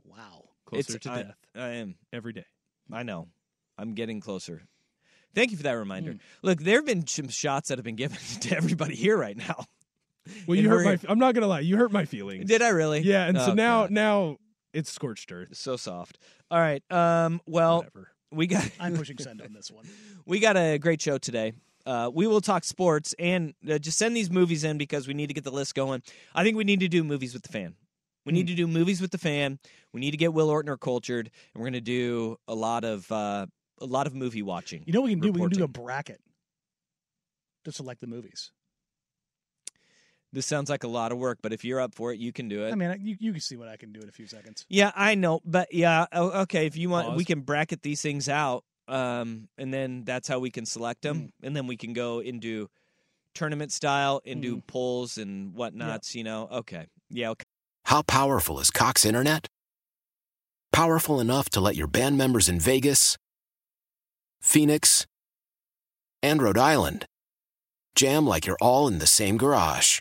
[SPEAKER 4] Wow.
[SPEAKER 5] closer
[SPEAKER 1] It's-
[SPEAKER 5] to
[SPEAKER 1] I-
[SPEAKER 5] death
[SPEAKER 1] I am.
[SPEAKER 5] every day.
[SPEAKER 1] I know. I'm getting closer. Thank you for that reminder.
[SPEAKER 5] Hmm.
[SPEAKER 1] Look, there have been some shots that have been given to everybody here right now.
[SPEAKER 5] Well,
[SPEAKER 1] And
[SPEAKER 5] you hurt
[SPEAKER 1] we're-
[SPEAKER 5] my. I'm not gonna lie. You hurt my feelings.
[SPEAKER 1] Did I really?
[SPEAKER 5] Yeah, and so
[SPEAKER 1] Oh,
[SPEAKER 5] now,
[SPEAKER 1] God.
[SPEAKER 5] now It's scorched earth.
[SPEAKER 1] So soft. All right. Um. Well,
[SPEAKER 5] Whatever.
[SPEAKER 1] we got
[SPEAKER 4] I'm pushing send on this one.
[SPEAKER 1] we got a great show today. Uh, we will talk sports and uh, just send these movies in because we need to get the list going. I think we need to do movies with the fan. We need to do movies with the fan. We need to get Will Ortner cultured, and we're going to do a lot of uh, a lot of movie watching.
[SPEAKER 4] You know what we can do? We can do a
[SPEAKER 1] Reporting.
[SPEAKER 4] bracket to select the movies.
[SPEAKER 1] This sounds like a lot of work, but if you're up for it, you can do it.
[SPEAKER 4] I mean, I- you you can see what I can do in a few seconds.
[SPEAKER 1] yeah, I know, but yeah, o- okay. If you want, we
[SPEAKER 5] Pause.
[SPEAKER 1] can bracket these things out, um, and then that's how we can select them, and then we can go into tournament style and do polls and whatnots. You know, okay, yeah, okay.
[SPEAKER 6] How powerful is Cox Internet? Powerful enough to let your band members in Vegas, Phoenix, and Rhode Island jam like you're all in the same garage.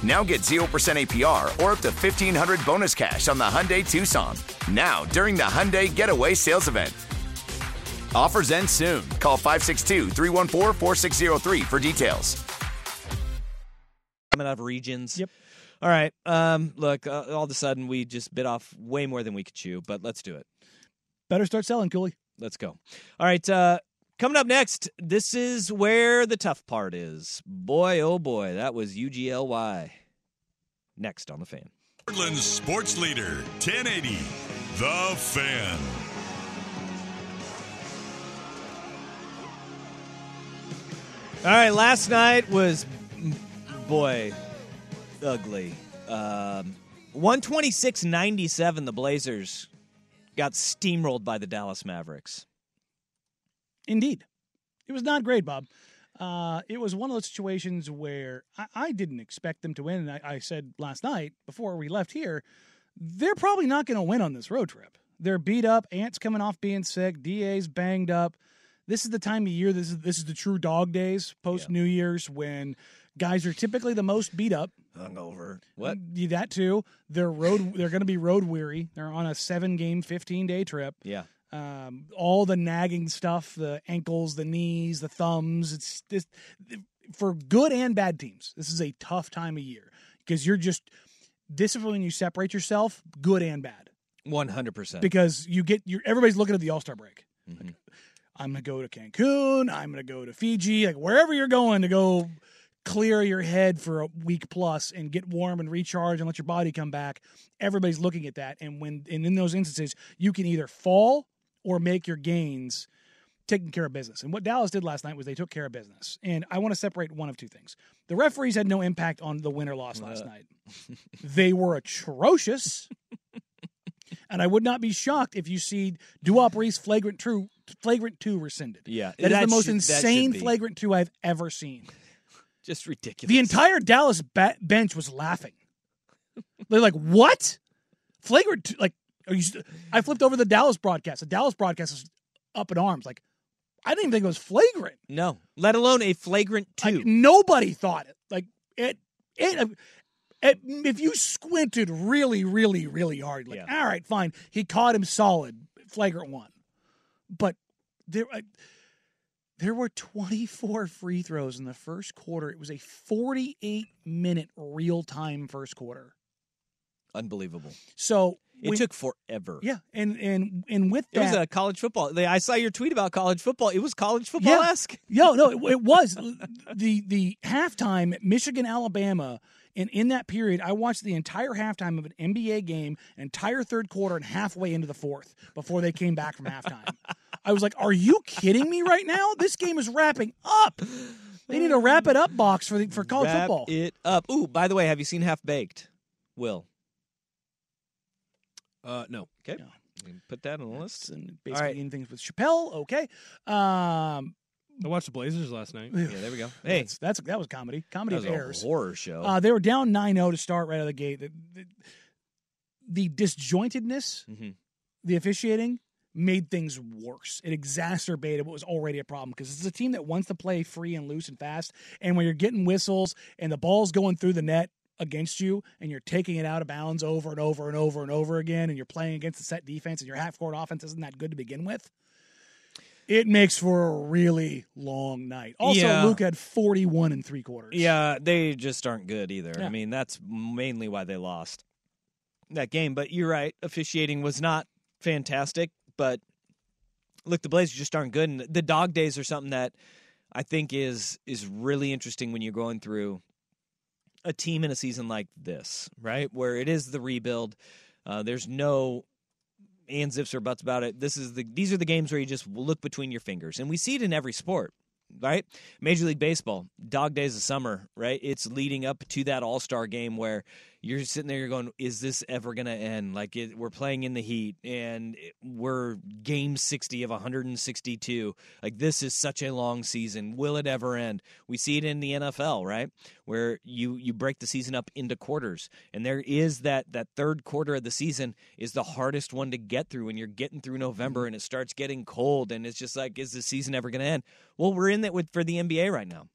[SPEAKER 7] Now get 0% APR or up to 1500 bonus cash on the Hyundai Tucson. Now, during the Hyundai Getaway Sales Event. Offers end soon. Call 562 314 4603 for details.
[SPEAKER 1] coming out of regions. Yep. All right. Um, look, uh, all of a sudden we just bit off way more than we could chew, but let's do it.
[SPEAKER 4] Better start selling, Cooley.
[SPEAKER 1] Let's go. All right. Uh, coming up next, this is where the tough part is. Boy, oh boy, that was UGLY. Next on the fan.
[SPEAKER 3] Portland's sports leader, 1080, The Fan.
[SPEAKER 1] All right, last night was, mm, boy, ugly. Um, 126 97, the Blazers got steamrolled by the Dallas Mavericks.
[SPEAKER 4] Indeed. It was not great, Bob. Uh, it was one of those situations where I, I didn't expect them to win. And I, I said last night before we left here, they're probably not going to win on this road trip. They're beat up. Ant's coming off being sick. DA's banged up. This is the time of year. This is this is the true dog days post New Year's when guys are typically the most beat up.
[SPEAKER 1] Hungover. What?
[SPEAKER 4] Y- That too. They're road. They're going to be road weary. They're on a seven game, fifteen day trip
[SPEAKER 1] Yeah.
[SPEAKER 4] um, all the nagging stuff the ankles the knees the thumbs it's this for good and bad teams this is a tough time of year because you're just this is when you separate yourself good and bad
[SPEAKER 1] 100%.
[SPEAKER 4] because you get you everybody's looking at the all-star break Like, i'm gonna go to cancun i'm gonna go to fiji like wherever you're going to go clear your head for a week plus and get warm and recharge and let your body come back everybody's looking at that and when and in those instances you can either fall or make your gains taking care of business and what dallas did last night was they took care of business and i want to separate one of two things the referees had no impact on the win or loss last night they were atrocious and i would not be shocked if you see duop reese flagrant two flagrant two rescinded
[SPEAKER 1] Yeah,
[SPEAKER 4] that is
[SPEAKER 1] that
[SPEAKER 4] the most
[SPEAKER 1] should- that should
[SPEAKER 4] insane
[SPEAKER 1] be.
[SPEAKER 4] flagrant two i've ever seen
[SPEAKER 1] just ridiculous.
[SPEAKER 4] the entire Dallas ba- bench was laughing. They're like, "What? Flagrant? two- Like, are you?" St-? I flipped over the Dallas broadcast. The Dallas broadcast is up in arms. Like, I didn't even think it was flagrant.
[SPEAKER 1] no, let alone a flagrant two.
[SPEAKER 4] Like, nobody thought it. Like, it. It. at- if you squinted really, really, really hard, like, all right, fine, he caught him solid, flagrant one. But there, I, there were 24 free throws in the first quarter. It was a 48 minute real time first quarter.
[SPEAKER 1] Unbelievable.
[SPEAKER 4] So
[SPEAKER 1] It
[SPEAKER 4] we-
[SPEAKER 1] took forever.
[SPEAKER 4] Yeah, and and and with
[SPEAKER 1] It
[SPEAKER 4] that,
[SPEAKER 1] was a college football. they- I saw your tweet about college football. It was college football esque.
[SPEAKER 4] Yeah, no, it, it was the the halftime at Michigan Alabama, and in that period, I watched the entire halftime of an NBA game, an entire third quarter, and halfway into the fourth before they came back from halftime. I was like, "Are you kidding me right now? This game is wrapping up. They need a wrap it up box for the, for college
[SPEAKER 1] Wrap
[SPEAKER 4] football."
[SPEAKER 1] it up. Ooh, by the way, have you seen Half Baked? Will.
[SPEAKER 5] Uh, no.
[SPEAKER 1] Okay. Put that on the list. All
[SPEAKER 4] Basically,
[SPEAKER 1] right.
[SPEAKER 4] in things with Chappelle. Okay, um,
[SPEAKER 5] I watched the Blazers last night.
[SPEAKER 1] Yeah, there we go. Hey,
[SPEAKER 4] that's, that's that was comedy. Comedy
[SPEAKER 1] that was
[SPEAKER 4] of
[SPEAKER 1] a
[SPEAKER 4] errors.
[SPEAKER 1] horror show.
[SPEAKER 4] Uh, they were down 9 0 to start right out of the gate. The, the, the disjointedness,
[SPEAKER 1] Mhm.
[SPEAKER 4] the officiating, made things worse. It exacerbated what was already a problem because this is a team that wants to play free and loose and fast. And when you're getting whistles and the ball's going through the net against you and you're taking it out of bounds over and over and over and over again and you're playing against the set defense and your half court offense isn't that good to begin with. It makes for a really long night. Also,
[SPEAKER 1] Yeah.
[SPEAKER 4] Luke had 41 and three quarters.
[SPEAKER 1] Yeah, they just aren't good either.
[SPEAKER 4] Yeah.
[SPEAKER 1] I mean, that's mainly why they lost that game. But you're right, officiating was not fantastic. But look, the Blazers just aren't good, and the dog days are something that I think is is really interesting when you're going through a team in a season like this, right? Where it is the rebuild. Uh, there's no ands, ifs, or buts about it. This is the these are the games where you just look between your fingers, and we see it in every sport, right? Major League Baseball, dog days of summer, right? It's leading up to that All Star game where you're sitting there, you're going, "Is this ever going to end?" Like it, we're playing in the heat, and it- we're game sixty of 162. Like this is such a long season. Will it ever end? We see it in the NFL, right? Where you you break the season up into quarters, and there is that that third quarter of the season is the hardest one to get through, and you're getting through
[SPEAKER 4] Mm-hmm.
[SPEAKER 1] November, and it starts getting cold, and it's just like, is the season ever going to end? Well, we're in that with for the NBA right now,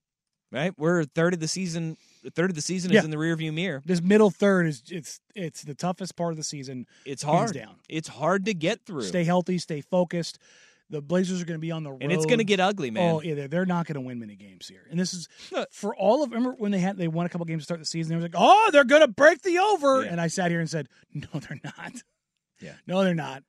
[SPEAKER 1] right? We're a third of the season. A third of the season
[SPEAKER 4] Yeah.
[SPEAKER 1] is in the rearview mirror.
[SPEAKER 4] This middle third is it's it's the toughest part of the season.
[SPEAKER 1] It's
[SPEAKER 4] Hands
[SPEAKER 1] hard.
[SPEAKER 4] down.
[SPEAKER 1] It's hard to get through.
[SPEAKER 4] Stay healthy, stay focused. The Blazers are going to be on the road,
[SPEAKER 1] And it's gonna get ugly, man.
[SPEAKER 4] Oh yeah, they're, they're not going to win many games here. And this is for all of. Remember when they had they won a couple games to start the season? They was like, oh, they're going to break the over.
[SPEAKER 1] Yeah.
[SPEAKER 4] And I sat here and said, no, they're not.
[SPEAKER 1] Yeah.
[SPEAKER 4] no, they're not.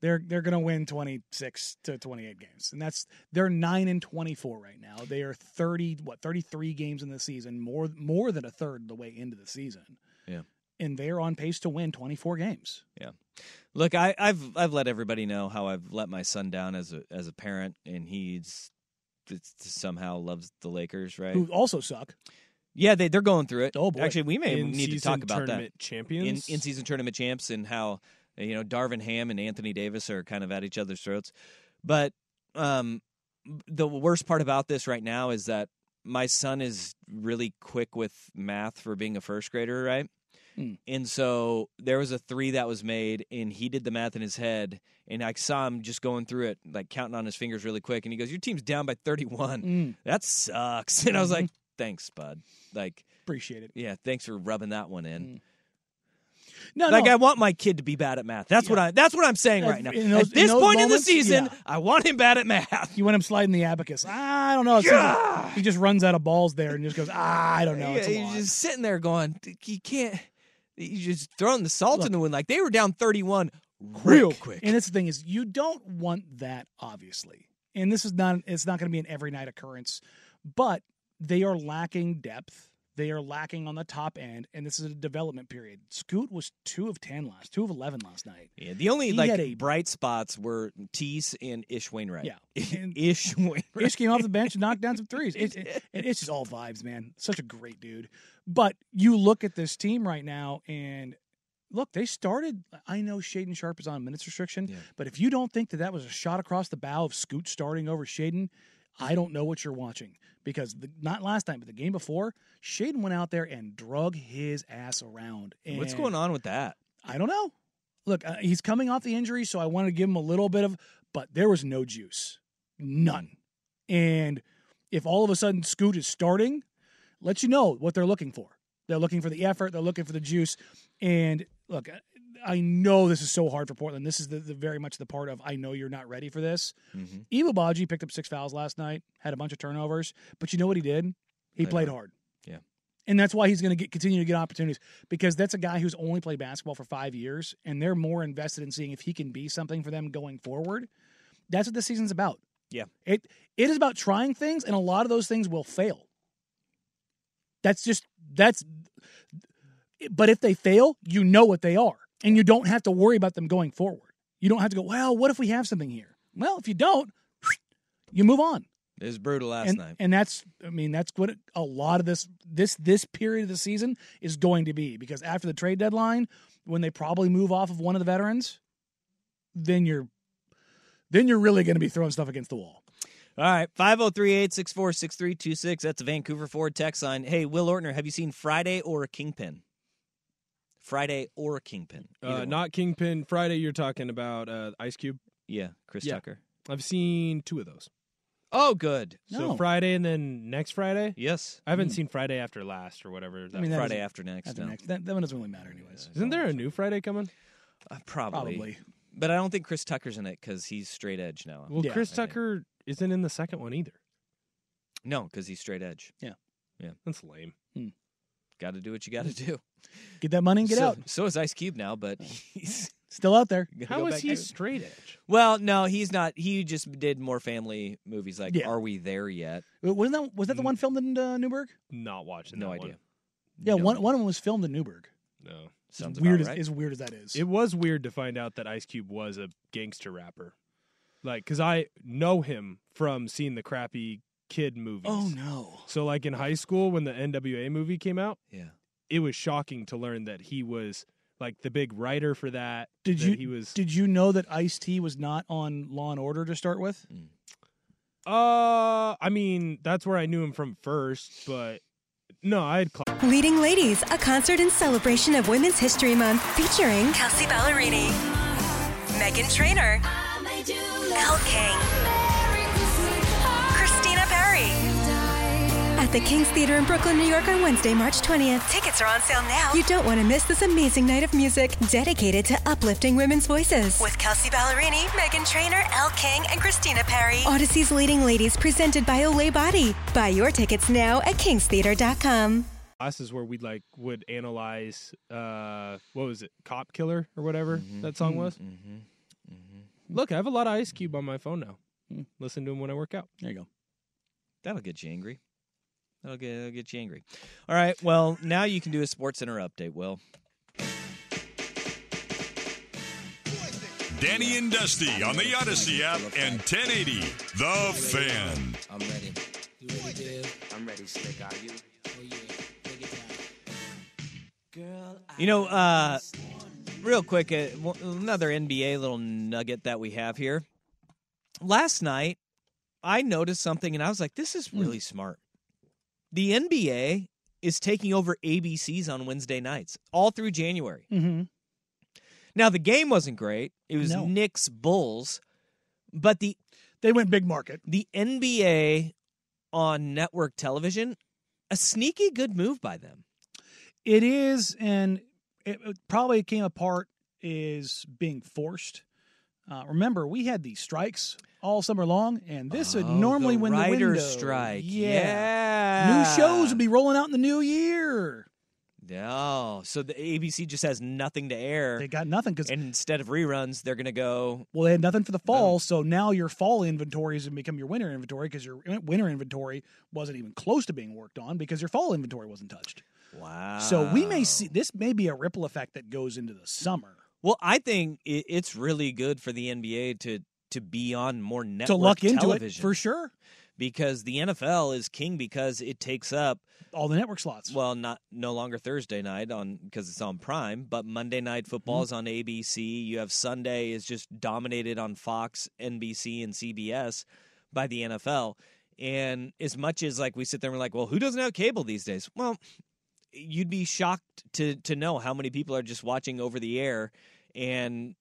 [SPEAKER 4] They're they're going to win twenty six to twenty eight games, and that's they're nine and twenty four right now. They are thirty what thirty three games in the season, more more than a third of the way into the season.
[SPEAKER 1] Yeah.
[SPEAKER 4] and they're on pace to win 24 games.
[SPEAKER 1] Yeah. Look, I, I've I've let everybody know how I've let my son down as a as a parent, and he's it's, somehow loves the Lakers, right?
[SPEAKER 4] Who also suck.
[SPEAKER 1] yeah, they they're going through it.
[SPEAKER 4] Oh, boy.
[SPEAKER 1] Actually, we may need to
[SPEAKER 5] In-season
[SPEAKER 1] talk about that.
[SPEAKER 5] tournament champions?
[SPEAKER 1] in in season tournament champs and how you know Darvin Ham and Anthony Davis are kind of at each other's throats. But um, the worst part about this right now is that my son is really quick with math for being a first grader, right? And so there was a three that was made, and he did the math in his head. And I saw him just going through it, like counting on his fingers really quick. And he goes, Your team's down by 31.
[SPEAKER 4] Mm.
[SPEAKER 1] That sucks. And I was like, Thanks, bud. Like,
[SPEAKER 4] Appreciate it.
[SPEAKER 1] yeah, thanks for rubbing that one in.
[SPEAKER 4] No,
[SPEAKER 1] like,
[SPEAKER 4] no.
[SPEAKER 1] I want my kid to be bad at math. That's what I. That's what I'm saying
[SPEAKER 4] Uh,
[SPEAKER 1] right now.
[SPEAKER 4] in those-
[SPEAKER 1] at
[SPEAKER 4] in
[SPEAKER 1] this
[SPEAKER 4] those
[SPEAKER 1] point in the
[SPEAKER 4] moments,
[SPEAKER 1] season,
[SPEAKER 4] yeah.
[SPEAKER 1] I want him bad at math.
[SPEAKER 4] You want him sliding the abacus? I don't know. It seems like he just runs out of balls there and just goes. "Ah, I don't know. It's a
[SPEAKER 1] Yeah,
[SPEAKER 4] lot."
[SPEAKER 1] you're just sitting there going, "D- you can't. You're just throwing the salt in the wind. Like they were down 31 real quick.
[SPEAKER 4] And that's the thing is, you don't want that, obviously. And this is not. It's not going to be an every night occurrence, but they are lacking depth. They are lacking on the top end, and this is a development period. Scoot was two of ten last, two of eleven last night.
[SPEAKER 1] Yeah, the only
[SPEAKER 4] He
[SPEAKER 1] like
[SPEAKER 4] had a-
[SPEAKER 1] bright spots were Tease and Ish Wainwright.
[SPEAKER 4] Yeah.
[SPEAKER 1] Ish Wainwright.
[SPEAKER 4] Ish came off the bench and knocked down some threes. It, it- and it's just all vibes, man. Such a great dude. But you look at this team right now, and look, they started. I know Shaden Sharp is on minutes restriction, but if you don't think that that was a shot across the bow of Scoot starting over Shaden, I don't know what you're watching because the, not last time, but the game before, Shaden went out there and drug his ass around. And
[SPEAKER 1] What's going on with that?
[SPEAKER 4] I don't know. Look, uh, he's coming off the injury, so I wanted to give him a little bit of, but there was no juice, none. And if all of a sudden Scoot is starting, let you know what they're looking for. They're looking for the effort. They're looking for the juice. And look, I- I know this is so hard for Portland. This is the, the very much the part of I know you're not ready for this.
[SPEAKER 1] Mm-hmm.
[SPEAKER 4] Iwabaji picked up six fouls last night, had a bunch of turnovers, but you know what he did? He
[SPEAKER 8] Played
[SPEAKER 4] played
[SPEAKER 8] hard.
[SPEAKER 4] hard.
[SPEAKER 8] Yeah.
[SPEAKER 4] And that's why he's going to get continue to get opportunities because that's a guy who's only played basketball for 5 years and they're more invested in seeing if he can be something for them going forward. That's what this season's about.
[SPEAKER 1] Yeah.
[SPEAKER 4] It it is about trying things and a lot of those things will fail. That's just that's but if they fail, you know what they are and you don't have to worry about them going forward. You don't have to go, "Well, what if we have something here?" Well, if you don't, you move on
[SPEAKER 1] It was brutal last
[SPEAKER 4] and,
[SPEAKER 1] night.
[SPEAKER 4] And that's, I mean, that's what a lot of this this this period of the season is going to be because after the trade deadline, when they probably move off of one of the veterans, then you're then you're really going to be throwing stuff against the wall.
[SPEAKER 1] All right, 503-864-6326. That's a Vancouver Ford text line. Hey, Will Ortner, have you seen Friday or a Kingpin? Friday or a Kingpin. Either
[SPEAKER 5] Uh,
[SPEAKER 1] one.
[SPEAKER 5] not Kingpin Friday. You're talking about uh, Ice Cube.
[SPEAKER 1] Yeah, Chris
[SPEAKER 5] Yeah.
[SPEAKER 1] Tucker.
[SPEAKER 5] I've seen two of those.
[SPEAKER 1] Oh, good.
[SPEAKER 5] So Friday and then next Friday.
[SPEAKER 1] Yes.
[SPEAKER 5] I haven't
[SPEAKER 1] Hmm.
[SPEAKER 5] seen Friday after last or whatever. That
[SPEAKER 4] I mean, that
[SPEAKER 1] Friday
[SPEAKER 4] doesn't-
[SPEAKER 1] after next,
[SPEAKER 4] after
[SPEAKER 1] no.
[SPEAKER 4] next. That, that one doesn't really matter, anyways.
[SPEAKER 5] Isn't there a new Friday coming?
[SPEAKER 1] Uh, probably.
[SPEAKER 4] Probably.
[SPEAKER 1] But I don't think Chris Tucker's in it because he's straight edge now.
[SPEAKER 5] Well,
[SPEAKER 1] Yeah.
[SPEAKER 5] Chris
[SPEAKER 1] I think.
[SPEAKER 5] Tucker isn't in the second one either.
[SPEAKER 1] No, because he's straight edge.
[SPEAKER 4] Yeah.
[SPEAKER 1] Yeah.
[SPEAKER 5] That's lame.
[SPEAKER 4] Hmm.
[SPEAKER 1] Got to do what you got to do.
[SPEAKER 4] Get that money and get
[SPEAKER 1] so,
[SPEAKER 4] out.
[SPEAKER 1] So is Ice Cube now, but he's
[SPEAKER 4] Still out there.
[SPEAKER 1] gonna
[SPEAKER 5] How
[SPEAKER 1] go
[SPEAKER 5] is
[SPEAKER 1] back
[SPEAKER 5] he
[SPEAKER 1] to-
[SPEAKER 5] straight edge?
[SPEAKER 1] Well, no, he's not. He just did more family movies like
[SPEAKER 4] Yeah.
[SPEAKER 1] Are We There Yet?
[SPEAKER 4] Wasn't that was
[SPEAKER 1] Mm.
[SPEAKER 4] that the one filmed in uh, Newburgh?
[SPEAKER 5] Not watching.
[SPEAKER 1] No
[SPEAKER 5] that
[SPEAKER 1] idea.
[SPEAKER 4] Yeah,
[SPEAKER 1] No.
[SPEAKER 4] one one of them was filmed in Newburgh.
[SPEAKER 5] One. No.
[SPEAKER 1] Sounds
[SPEAKER 4] As
[SPEAKER 1] about
[SPEAKER 4] weird as,
[SPEAKER 1] right.
[SPEAKER 4] as weird as that is.
[SPEAKER 5] It was weird to find out that Ice Cube was a gangster rapper, like because I know him from seeing the crappy kid movies.
[SPEAKER 4] oh no.
[SPEAKER 5] So like in high school when the NWA movie came out,
[SPEAKER 1] Yeah.
[SPEAKER 5] it was shocking to learn that he was like the big writer for that.
[SPEAKER 4] Did
[SPEAKER 5] that
[SPEAKER 4] you
[SPEAKER 5] He was.
[SPEAKER 4] did you know that Ice T was not on Law and Order to start with?
[SPEAKER 1] Mm.
[SPEAKER 5] Uh, I mean that's where I knew him from first, but no, I had. Cl-
[SPEAKER 9] Leading Ladies, a concert in celebration of Women's History Month featuring Kelsey Ballerini, Megan Trainor, Elle King, Christina Perry. At the King's Theater in Brooklyn, New York on Wednesday, March 20th. Tickets are on sale now. You don't want to miss this amazing night of music dedicated to uplifting women's voices.
[SPEAKER 10] With Kelsey Ballerini, Megan Trainer, Elle King, and Christina Perry.
[SPEAKER 9] Odyssey's Leading Ladies presented by Olay Body. Buy your tickets now at kingstheater.com.
[SPEAKER 5] classes where we like would analyze uh what was it cop killer or whatever that song was look i have a lot of ice cube on my phone now listen to him when i work out
[SPEAKER 4] there you go
[SPEAKER 1] That'll get you angry. That'll get, that'll get you angry. All right. Well, now you can do a Sports Center update, Will.
[SPEAKER 3] Danny and Dusty on the Odyssey app and 1080 The Fan.
[SPEAKER 11] I'm ready. You ready, dude? I'm ready, slick. Are you?
[SPEAKER 1] You know, uh, real quick, uh, w- another NBA little nugget that we have here. Last night, I noticed something and I was like, this is
[SPEAKER 4] Hmm.
[SPEAKER 1] really smart. The NBA is taking over ABCs on Wednesday nights, all through January.
[SPEAKER 4] Mm-hmm.
[SPEAKER 1] Now the game wasn't great. It was
[SPEAKER 4] No.
[SPEAKER 1] Knicks Bulls, but the
[SPEAKER 4] they went big market.
[SPEAKER 1] The NBA on network television, a sneaky good move by them.
[SPEAKER 4] It is, and it it probably came apart is being forced. Uh, remember, we had these strikes all summer long, and this would
[SPEAKER 1] Oh,
[SPEAKER 4] normally
[SPEAKER 1] the
[SPEAKER 4] win the
[SPEAKER 1] writer
[SPEAKER 4] window.
[SPEAKER 1] strike.
[SPEAKER 4] new
[SPEAKER 1] Yeah.
[SPEAKER 4] shows would be rolling out in the new year.
[SPEAKER 1] No, Oh, so the ABC just has nothing to air. They
[SPEAKER 4] got nothing because
[SPEAKER 1] and instead of reruns, they're gonna go.
[SPEAKER 4] Well, they had nothing for the
[SPEAKER 1] Um,
[SPEAKER 4] fall, so now your fall inventory is going to become your winter inventory because your winter inventory wasn't even close to being worked on because your fall inventory wasn't touched.
[SPEAKER 1] Wow.
[SPEAKER 4] So we
[SPEAKER 1] Oh.
[SPEAKER 4] may see this may be a ripple effect that goes into the summer.
[SPEAKER 1] Well, I think it, it's really good for the NBA to to be on more network
[SPEAKER 4] luck into it,
[SPEAKER 1] television
[SPEAKER 4] for sure.
[SPEAKER 1] Because the NFL is king because it takes up
[SPEAKER 4] all the network slots.
[SPEAKER 1] Well, not no longer Thursday night on because it's on Prime, but Monday night football is on ABC. You have Sunday is just dominated on Fox, NBC, and CBS by the NFL. And as much as like we sit there and we're like, well, who doesn't have cable these days? Well, you'd be shocked to to know how many people are just watching over the air and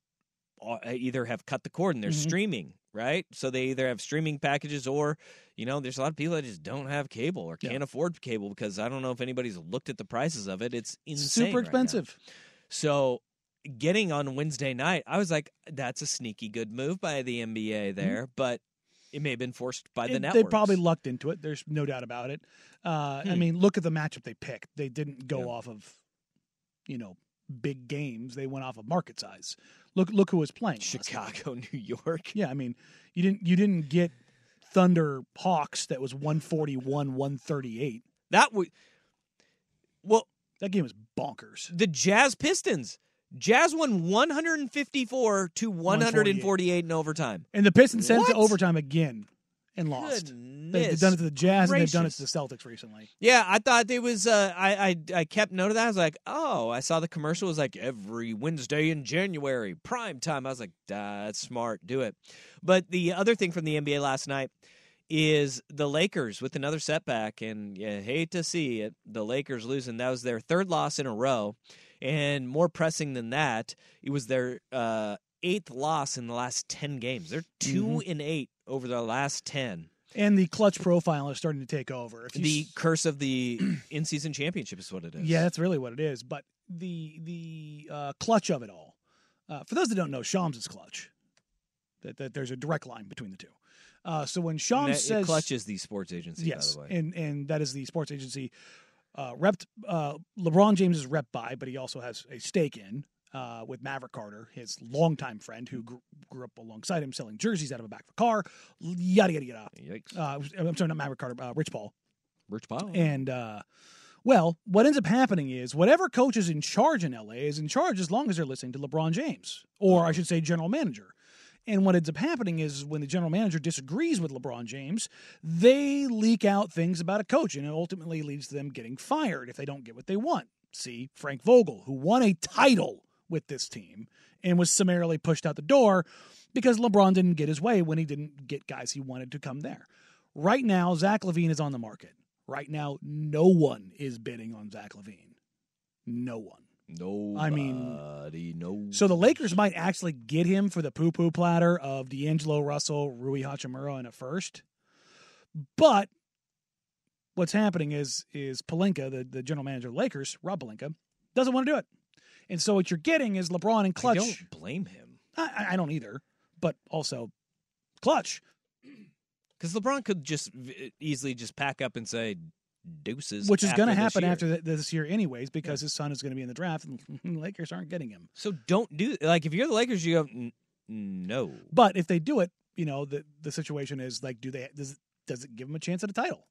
[SPEAKER 1] uh, either have cut the cord and they're
[SPEAKER 4] Mhm.
[SPEAKER 1] streaming right? So they either have streaming packages or, you know, there's a lot of people that just don't have cable or can't afford cable because I don't know if anybody's looked at the prices of it. It's insane.
[SPEAKER 4] Super
[SPEAKER 1] right now.
[SPEAKER 4] expensive.
[SPEAKER 1] So getting on Wednesday night, I was like, that's a sneaky good move by the NBA there, but it may have been forced by Uh, the
[SPEAKER 4] Mm-hmm. It-
[SPEAKER 1] network.
[SPEAKER 4] they probably lucked into it. There's no doubt about it. Uh, I
[SPEAKER 1] Hmm.
[SPEAKER 4] mean, look at the matchup they picked. They didn't go off of, you know, big games. They went off of market size. Look, look who was playing.
[SPEAKER 1] Chicago, New York.
[SPEAKER 4] Yeah, I mean, you didn't you didn't get Thunder Hawks that was 141, 138.
[SPEAKER 1] That would. Well,
[SPEAKER 4] that game was bonkers.
[SPEAKER 1] The Jazz Pistons. Jazz won 154 to 148 in overtime.
[SPEAKER 4] And the Pistons sent it to
[SPEAKER 1] What?
[SPEAKER 4] overtime again and lost. They've
[SPEAKER 1] Goodness
[SPEAKER 4] done it to the Jazz and they've done it
[SPEAKER 1] gracious.
[SPEAKER 4] to the Celtics recently.
[SPEAKER 1] Yeah, I thought it was. Uh, I, I I kept note of that. I was like, oh, I saw the commercial. It was like every Wednesday in January, prime time. I was like, "Duh, that's smart. Do it. But the other thing from the NBA last night is the Lakers with another setback, and you hate to see it. The Lakers losing. That was their third loss in a row, and more pressing than that, it was their uh, eighth loss in the last ten games. They're 2
[SPEAKER 4] Mhm.
[SPEAKER 1] and eight over the last ten
[SPEAKER 4] And the clutch profile is starting to take over. If you
[SPEAKER 1] the curse of the in-season championship is what it is.
[SPEAKER 4] Yeah, that's really what it is. But the the uh, clutch of it all. Uh, for those that don't know, Shams is clutch. That, that there's a direct line between the two. Uh, so when
[SPEAKER 1] And
[SPEAKER 4] Shams
[SPEAKER 1] that-
[SPEAKER 4] says
[SPEAKER 1] it clutches the sports agency.
[SPEAKER 4] yes,
[SPEAKER 1] by the way.
[SPEAKER 4] and and that is the sports agency uh, repped. Uh, LeBron James is rep by, but he also has a stake in uh, with Maverick Carter, his longtime friend who grew, grew up alongside him, selling jerseys out of a back of a car. Yada yada yada.
[SPEAKER 1] Yikes.
[SPEAKER 4] Uh, I'm sorry, not Maverick Carter, uh, Rich Paul.
[SPEAKER 1] Rich Paul.
[SPEAKER 4] And uh, well, what ends up happening is whatever coach is in charge in LA is in charge as long as they're listening to LeBron James, or I should say, general manager. And what ends up happening is when the general manager disagrees with LeBron James, they leak out things about a coach, and it ultimately leads to them getting fired if they don't get what they want. See Frank Vogel, who won a title with this team and was summarily pushed out the door because LeBron didn't get his way when he didn't get guys he wanted to come there. Right now, Zach Levine is on the market. Right now, no one is bidding on Zach Levine. No one.
[SPEAKER 1] No.
[SPEAKER 4] I mean-
[SPEAKER 1] no.
[SPEAKER 4] So the Lakers might actually get him for the poo poo platter of D'Angelo Russell, Rui Hachimura in a first. But what's happening is is Palinka, the, the general manager of the Lakers, Rob Palinka, doesn't want to do it. And so what you're getting is LeBron and Clutch. I don't
[SPEAKER 1] blame him.
[SPEAKER 4] I, I don't either. But also Clutch.
[SPEAKER 1] Because LeBron could just v- easily just pack up and say deuces,
[SPEAKER 4] which is going to
[SPEAKER 1] after this
[SPEAKER 4] happen
[SPEAKER 1] year.
[SPEAKER 4] after th- this year anyways because his son is going to be in the draft and the Lakers aren't getting him.
[SPEAKER 1] So don't do like if you're the Lakers, you go "N- no.
[SPEAKER 4] But if they do it, you know, the the situation is like do they does does it give him a chance at a title?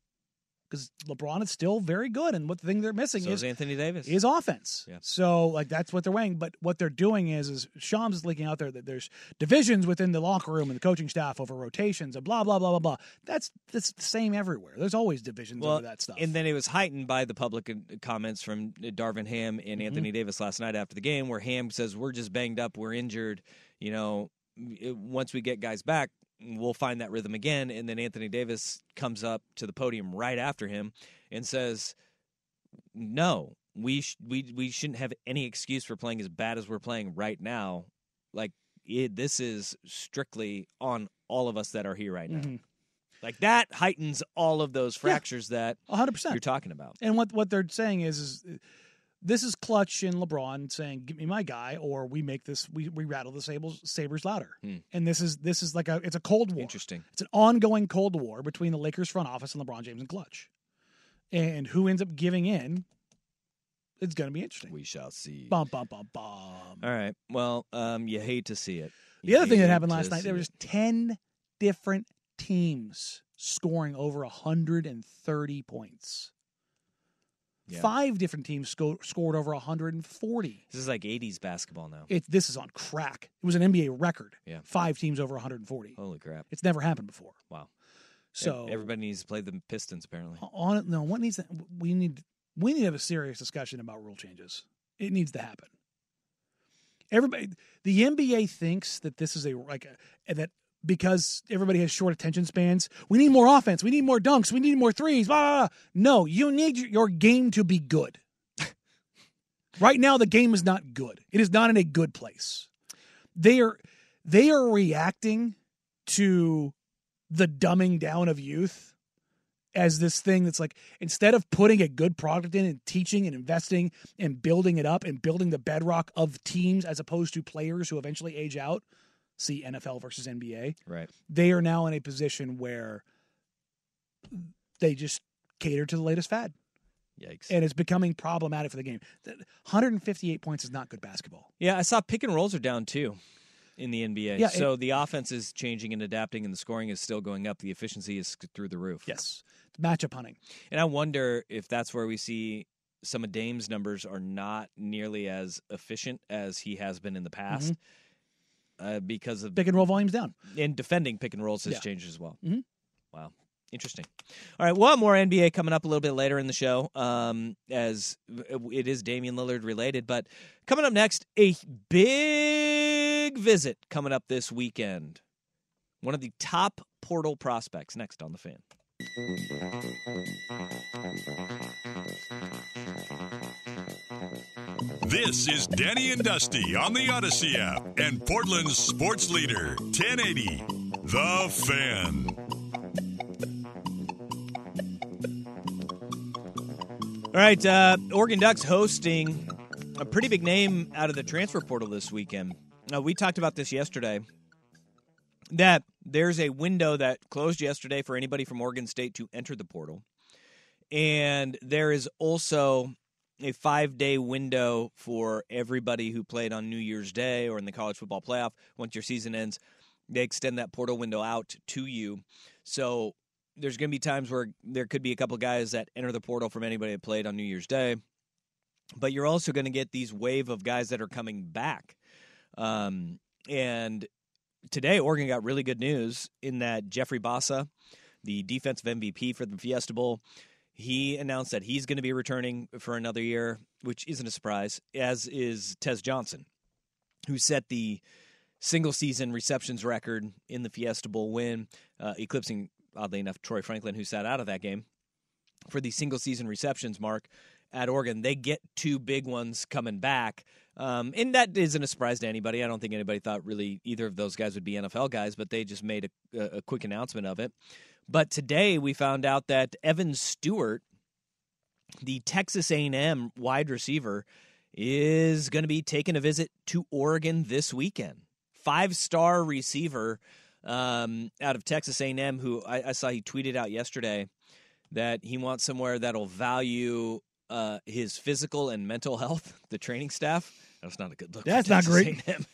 [SPEAKER 4] Cuz LeBron is still very good and what the thing they're missing
[SPEAKER 1] So
[SPEAKER 4] is
[SPEAKER 1] is Anthony Davis.
[SPEAKER 4] is offense.
[SPEAKER 1] Yeah.
[SPEAKER 4] So like that's what they're weighing, but what they're doing is is Shams is leaking out there that there's divisions within the locker room and the coaching staff over rotations and blah blah blah blah blah. That's that's the same everywhere. There's always divisions over that stuff.
[SPEAKER 1] And then it was heightened by the public uh, comments from Darvin Ham
[SPEAKER 4] Mm-hmm.
[SPEAKER 1] and Anthony Davis last night after the game, where Ham says, "We're just banged up, we're injured. You know, it- once we get guys back, we'll find that rhythm again." And then Anthony Davis comes up to the podium right after him and says, "No, we sh- we we shouldn't have any excuse for playing as bad as we're playing right now. Like it, this is strictly on all of us that are here right now."
[SPEAKER 4] Mhm.
[SPEAKER 1] Like that heightens all of those fractures that
[SPEAKER 4] A hundred percent.
[SPEAKER 1] you're talking about.
[SPEAKER 4] And what what they're saying is, is uh, this is Clutch and LeBron saying, "Give me my guy," or we make this we, we rattle the sabers sabers louder.
[SPEAKER 1] Hmm.
[SPEAKER 4] And this is this is like a it's a cold war.
[SPEAKER 1] Interesting.
[SPEAKER 4] It's an ongoing cold war between the Lakers front office and LeBron James and Clutch. And who ends up giving in? It's going to be interesting.
[SPEAKER 1] We shall see.
[SPEAKER 4] Bum bum bum bum.
[SPEAKER 1] All right. Well, um, you hate to see it.
[SPEAKER 4] The
[SPEAKER 1] You
[SPEAKER 4] other thing that
[SPEAKER 1] hate
[SPEAKER 4] happened
[SPEAKER 1] to
[SPEAKER 4] last night, there
[SPEAKER 1] see
[SPEAKER 4] was
[SPEAKER 1] it.
[SPEAKER 4] ten different teams scoring over hundred and thirty points.
[SPEAKER 1] Yeah.
[SPEAKER 4] Five different teams sco- scored over 140.
[SPEAKER 1] This is like '80s basketball now.
[SPEAKER 4] It this is on crack. It was an NBA record.
[SPEAKER 1] Yeah. Oh. E-,
[SPEAKER 4] Five teams over 140.
[SPEAKER 1] Holy crap!
[SPEAKER 4] It's never happened before.
[SPEAKER 1] Wow.
[SPEAKER 4] So-
[SPEAKER 1] Ev- everybody needs to play the Pistons apparently.
[SPEAKER 4] On it, no. What needs to, we need we need to have a serious discussion about rule changes. It needs to happen. Everybody, the NBA thinks that this is a like a, that because everybody has short attention spans. We need more offense. We need more dunks. We need more threes. Blah, blah, blah. No, you need your- your game to be good. right now, the game is not good. It is not in a good place. They are they are reacting to the dumbing down of youth as this thing that's like instead of putting a good product in and teaching and investing and building it up and building the bedrock of teams as opposed to players who eventually age out see NFL versus NBA
[SPEAKER 8] Right.
[SPEAKER 4] they are now in a position where they just cater to the latest fad
[SPEAKER 8] Yikes.
[SPEAKER 4] and it's becoming problematic for the game Th- 158 points is not good basketball
[SPEAKER 1] Yeah, I saw pick and rolls are down too in the NBA.
[SPEAKER 4] Yeah,
[SPEAKER 1] so the offense is changing and adapting, and the scoring is still going up. The efficiency is through the roof.
[SPEAKER 4] Yes. matchup hunting
[SPEAKER 1] And I wonder if that's where we see some of Dame's numbers are not nearly as efficient as he has been in the past
[SPEAKER 4] Mm-hmm.
[SPEAKER 1] uh, because of
[SPEAKER 4] pick and roll volumes down
[SPEAKER 1] and defending pick and rolls has
[SPEAKER 4] Yeah.
[SPEAKER 1] changed as well.
[SPEAKER 4] Mhm.
[SPEAKER 1] Wow. Interesting. All right, we'll have more NBA coming up a little bit later in the show, um, as it is Damian Lillard related. But coming up next, a big visit coming up this weekend. One of the top portal prospects next on the fan.
[SPEAKER 3] This is Danny and Dusty on the Odyssey app and Portland's sports leader, 1080, The Fan.
[SPEAKER 1] All right, uh, Oregon Ducks hosting a pretty big name out of the transfer portal this weekend. Now, we talked about this yesterday that there's a window that closed yesterday for anybody from Oregon State to enter the portal. And there is also a five day window for everybody who played on New Year's Day or in the college football playoff. Once your season ends, they extend that portal window out to you. So there's going to be times where there could be a couple guys that enter the portal from anybody that played on New Year's Day, but you're also going to get these wave of guys that are coming back. Um, and today, Oregon got really good news in that Jeffrey Bassa, the defensive MVP for the Fiesta Bowl, he announced that he's going to be returning for another year, which isn't a surprise, as is Tez Johnson, who set the single season receptions record in the Fiesta Bowl win, uh, eclipsing, oddly enough, Troy Franklin, who sat out of that game for the single season receptions mark at Oregon. They get two big ones coming back. Um, and that isn't a surprise to anybody. I don't think anybody thought really either of those guys would be NFL guys, but they just made a, a- a quick announcement of it. But today we found out that Evan Stewart, the Texas A&M wide receiver, is going to be taking a visit to Oregon this weekend. Five-star receiver um, out of Texas A&M, who I, I saw he tweeted out yesterday that he wants somewhere that'll value uh, his physical and mental health. The training staff. That's not a good look. for
[SPEAKER 4] That's not
[SPEAKER 1] Texas
[SPEAKER 4] great.
[SPEAKER 1] A&M.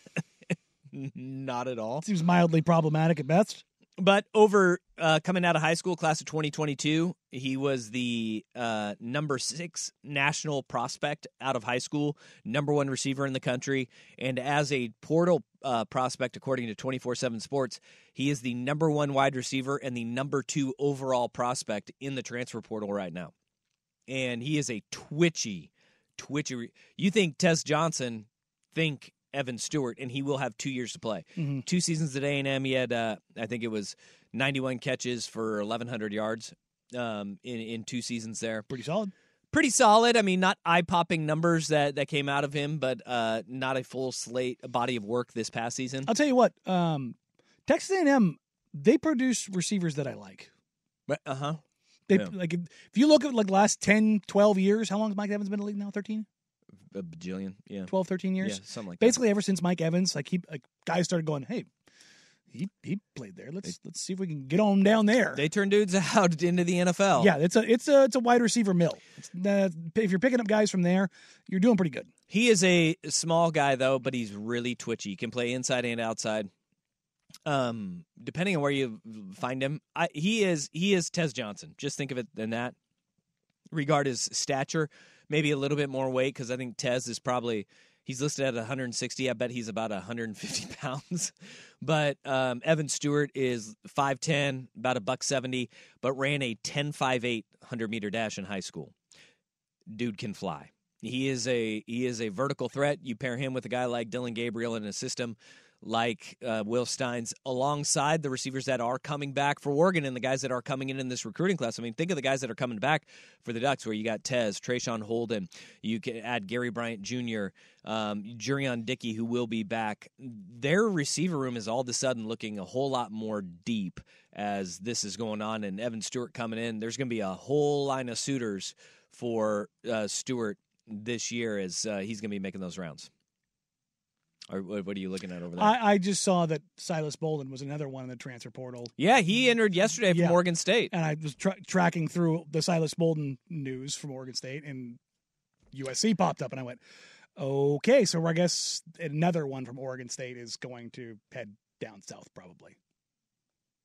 [SPEAKER 1] not at all.
[SPEAKER 4] seems mildly problematic at best
[SPEAKER 1] But over uh, coming out of high school, class of 2022, he was the uh, number six national prospect out of high school, number one receiver in the country. And as a portal uh, prospect, according to 24 7 Sports, he is the number one wide receiver and the number two overall prospect in the transfer portal right now. And he is a twitchy, twitchy. re- You think Tess Johnson, think Evan Stewart, and he will have two years to play
[SPEAKER 12] Mhm.
[SPEAKER 1] two seasons at A&M. He had, uh, I think it was 91 catches for 1,100 yards um, in, in two seasons there.
[SPEAKER 4] Pretty solid.
[SPEAKER 1] Pretty solid. I mean, not eye-popping numbers that, that came out of him, but uh, not a full slate a body of work this past season.
[SPEAKER 4] i'll tell you what um, texas a&m they produce receivers that i like
[SPEAKER 1] Uh huh.
[SPEAKER 4] they
[SPEAKER 1] Yeah.
[SPEAKER 4] like if if you look at like last 10 12 years how long has mike evans been in the league now 13
[SPEAKER 1] A bajillion. Yeah.
[SPEAKER 4] 12 13 years
[SPEAKER 1] Yeah, something like that.
[SPEAKER 4] basically ever since mike evans like he like guys started going hey he he played there let's let's see if we can get on down there
[SPEAKER 1] They turn dudes out into the NFL.
[SPEAKER 4] yeah it's a it's a it's a wide receiver mill it's, uh, if you're picking up guys from there you're doing pretty good
[SPEAKER 1] He is a small guy though, but he's really twitchy. He can play inside and outside. Um, depending on where you find him, I, he is he is Tez Johnson. Just think of it than that. Regard his stature, maybe a little bit more weight because I think Tez is probably he's listed at 160. I bet he's about 150 pounds. But um, Evan Stewart is 5'10, about a buck 70, but ran a 10.58 100 meter dash in high school dude can fly. He is a he is a vertical threat. You pair him with a guy like Dylan Gabriel in a system like uh, Will Steins alongside the receivers that are coming back for Oregon and the guys that are coming in in this recruiting class. I mean, think of the guys that are coming back for the Ducks, where you got Tez, Trayshawn Holden, you can add Gary Bryant Jr., um, Jurion Dickey, who will be back. Their receiver room is all of a sudden looking a whole lot more deep as this is going on, and Evan Stewart coming in. There's going to be a whole line of suitors for uh, Stewart this year as uh, he's going to be making those rounds. Or what what are you looking at over there?
[SPEAKER 4] I, I just saw that Silas Bolden was another one in the transfer portal.
[SPEAKER 1] yeah, he entered yesterday from
[SPEAKER 4] Yeah.
[SPEAKER 1] Oregon State.
[SPEAKER 4] And I was tra- tracking through the Silas Bolden news from Oregon State, and USC popped up, and I went, okay, so I guess another one from Oregon State is going to head down south, probably.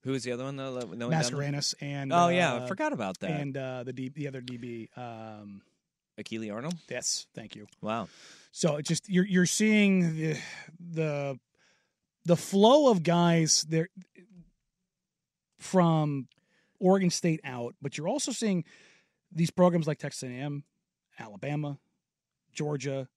[SPEAKER 1] Who was the other one? though? that- that went down there?
[SPEAKER 4] Mascarenas and.
[SPEAKER 1] oh yeah, I
[SPEAKER 4] uh,
[SPEAKER 1] forgot about that.
[SPEAKER 4] And uh, the, D- the other DB. Um,
[SPEAKER 1] Akili Arnold.
[SPEAKER 4] Yes, thank you.
[SPEAKER 1] Wow.
[SPEAKER 4] So it just you're you're seeing the the the flow of guys there from Oregon State out, but you're also seeing these programs like Texas A&M, Alabama, Georgia,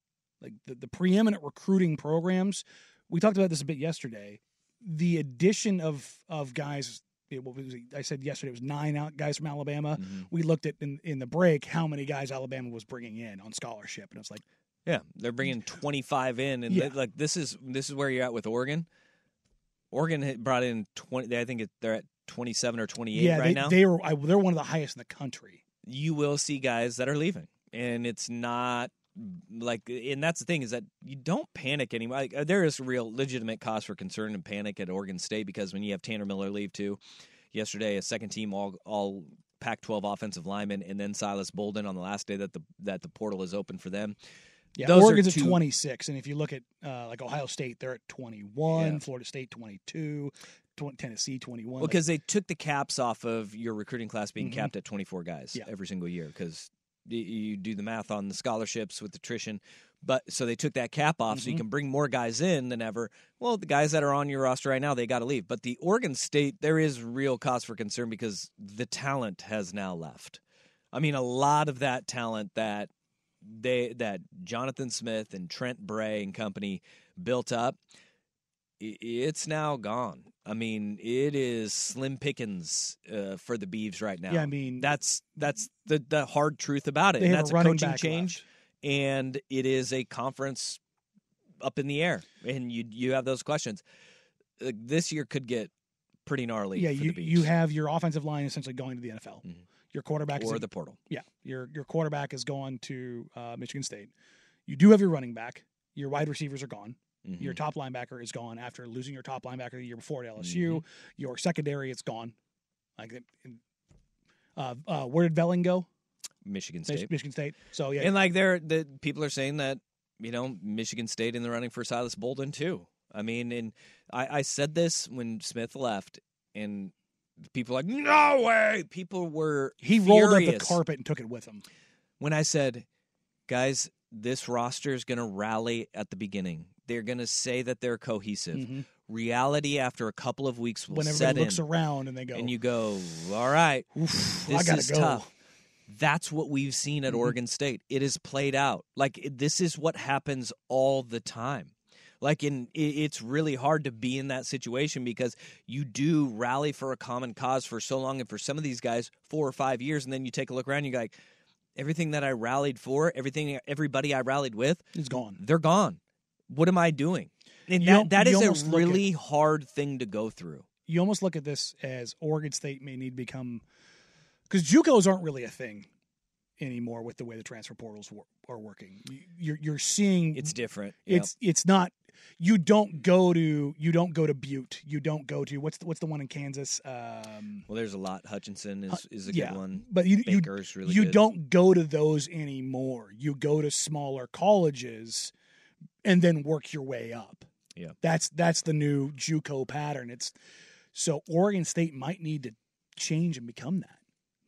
[SPEAKER 4] like the, the preeminent recruiting programs. We talked about this a bit yesterday. The addition of of guys. yeah, What was it? I said yesterday? It was nine out guys from Alabama.
[SPEAKER 1] Mm-hmm.
[SPEAKER 4] We looked at in, in the break how many guys Alabama was bringing in on scholarship, and it's like
[SPEAKER 1] Yeah, they're bringing 25 in, and
[SPEAKER 4] Yeah.
[SPEAKER 1] they- like this is this is where you're at with Oregon. Oregon had brought in 20. I think it, they're at 27 or 28
[SPEAKER 4] yeah,
[SPEAKER 1] right
[SPEAKER 4] they,
[SPEAKER 1] now.
[SPEAKER 4] they were I, they're one of the highest in the country.
[SPEAKER 1] you will see guys that are leaving, and it's not like. And that's the thing is that you don't panic anymore. Like, uh, there is real legitimate cause for concern and panic at Oregon State because when you have Tanner Miller leave too, yesterday a second team all all Pac-12 offensive lineman, and then Silas Bolden on the last day that the that the portal is open for them.
[SPEAKER 4] Yeah,
[SPEAKER 1] Those are
[SPEAKER 4] Oregon's at
[SPEAKER 1] two-
[SPEAKER 4] 26, and if you look at uh, like Ohio State, they're at 21,
[SPEAKER 1] Yeah.
[SPEAKER 4] Florida State 22, tw- Tennessee 21.
[SPEAKER 1] Well, because they took the caps off of your recruiting class being
[SPEAKER 4] Mhm.
[SPEAKER 1] capped at 24 guys
[SPEAKER 4] Yeah.
[SPEAKER 1] every single year because you do the math on the scholarships with attrition. But so they took that cap off so you
[SPEAKER 8] Mhm.
[SPEAKER 1] can bring more guys in than ever. Well, the guys that are on your roster right now, they got to leave. But the Oregon State, there is real cause for concern because the talent has now left. I mean, a lot of that talent that they that Jonathan Smith and Trent Bray and company built up i- it's now gone. I mean, it is slim pickings uh, for the Beavs right now.
[SPEAKER 4] Yeah, I mean-
[SPEAKER 1] that's that's the the hard truth about it.
[SPEAKER 4] They
[SPEAKER 1] And
[SPEAKER 4] have a
[SPEAKER 1] that's a,
[SPEAKER 4] running
[SPEAKER 1] coaching
[SPEAKER 4] back
[SPEAKER 1] change, and it is a conference up in the air, and you you have those questions. Uh, this year could get pretty gnarly.
[SPEAKER 4] yeah,
[SPEAKER 1] for
[SPEAKER 4] you
[SPEAKER 1] the Beavs
[SPEAKER 4] you have your offensive line essentially going to the NFL.
[SPEAKER 1] Mm-hmm.
[SPEAKER 4] Your quarterback is
[SPEAKER 1] or
[SPEAKER 4] in-
[SPEAKER 1] the portal.
[SPEAKER 4] Yeah, your your quarterback is going to uh, Michigan State. You do have your running back. Your wide receivers are gone.
[SPEAKER 1] Mm-hmm.
[SPEAKER 4] Your top linebacker is gone after losing your top linebacker the year before at LSU.
[SPEAKER 1] Mm-hmm.
[SPEAKER 4] Your secondary, it's gone. Like, uh, uh, where did Velling go?
[SPEAKER 1] Michigan State.
[SPEAKER 4] Michigan State. So yeah,
[SPEAKER 1] And like there, the people are saying that you know Michigan State in the running for Silas Bolden too. I mean, and I, I said this when Smith left, and people were like, no way. People were
[SPEAKER 4] he rolled up the
[SPEAKER 1] furious
[SPEAKER 4] carpet and took it with him.
[SPEAKER 1] when I said, guys, this roster is going to rally at the beginning. They're going to say that they're cohesive.
[SPEAKER 4] Mhm.
[SPEAKER 1] Reality after a couple of weeks will
[SPEAKER 4] When
[SPEAKER 1] set
[SPEAKER 4] everybody looks
[SPEAKER 1] in
[SPEAKER 4] around and they go,
[SPEAKER 1] and you go, all right,
[SPEAKER 4] I
[SPEAKER 1] this
[SPEAKER 4] gotta
[SPEAKER 1] is
[SPEAKER 4] go."
[SPEAKER 1] tough. That's what we've seen at
[SPEAKER 4] Mm-hmm.
[SPEAKER 1] Oregon State. It is played out. Like it- this is what happens all the time. Like in, i- it's really hard to be in that situation because you do rally for a common cause for so long, and for some of these guys, four or five years, and then you take a look around, and you go like, everything that I rallied for, everything, everybody I rallied with,
[SPEAKER 4] is gone.
[SPEAKER 1] They're gone. What am I doing? And
[SPEAKER 4] You al-
[SPEAKER 1] that, that
[SPEAKER 4] you
[SPEAKER 1] is
[SPEAKER 4] almost
[SPEAKER 1] a
[SPEAKER 4] look at-
[SPEAKER 1] really hard thing to go through.
[SPEAKER 4] you almost look at this as Oregon State may need to become because JUCOs aren't really a thing anymore with the way the transfer portals wor- are working. You- You're you're seeing
[SPEAKER 1] It's different. Yep.
[SPEAKER 4] it's it's not you don't go to you don't go to Butte. You don't go to what's the, what's the one in Kansas? Um,
[SPEAKER 1] Well, there's a lot. Hutchinson is, is a
[SPEAKER 4] yeah,
[SPEAKER 1] good one.
[SPEAKER 4] but you you,
[SPEAKER 1] Baker's really
[SPEAKER 4] you
[SPEAKER 1] good.
[SPEAKER 4] don't go to those anymore. You go to smaller colleges and then work your way up.
[SPEAKER 1] Yeah.
[SPEAKER 4] That's that's the new JUCO pattern. It's so Oregon State might need to change and become that.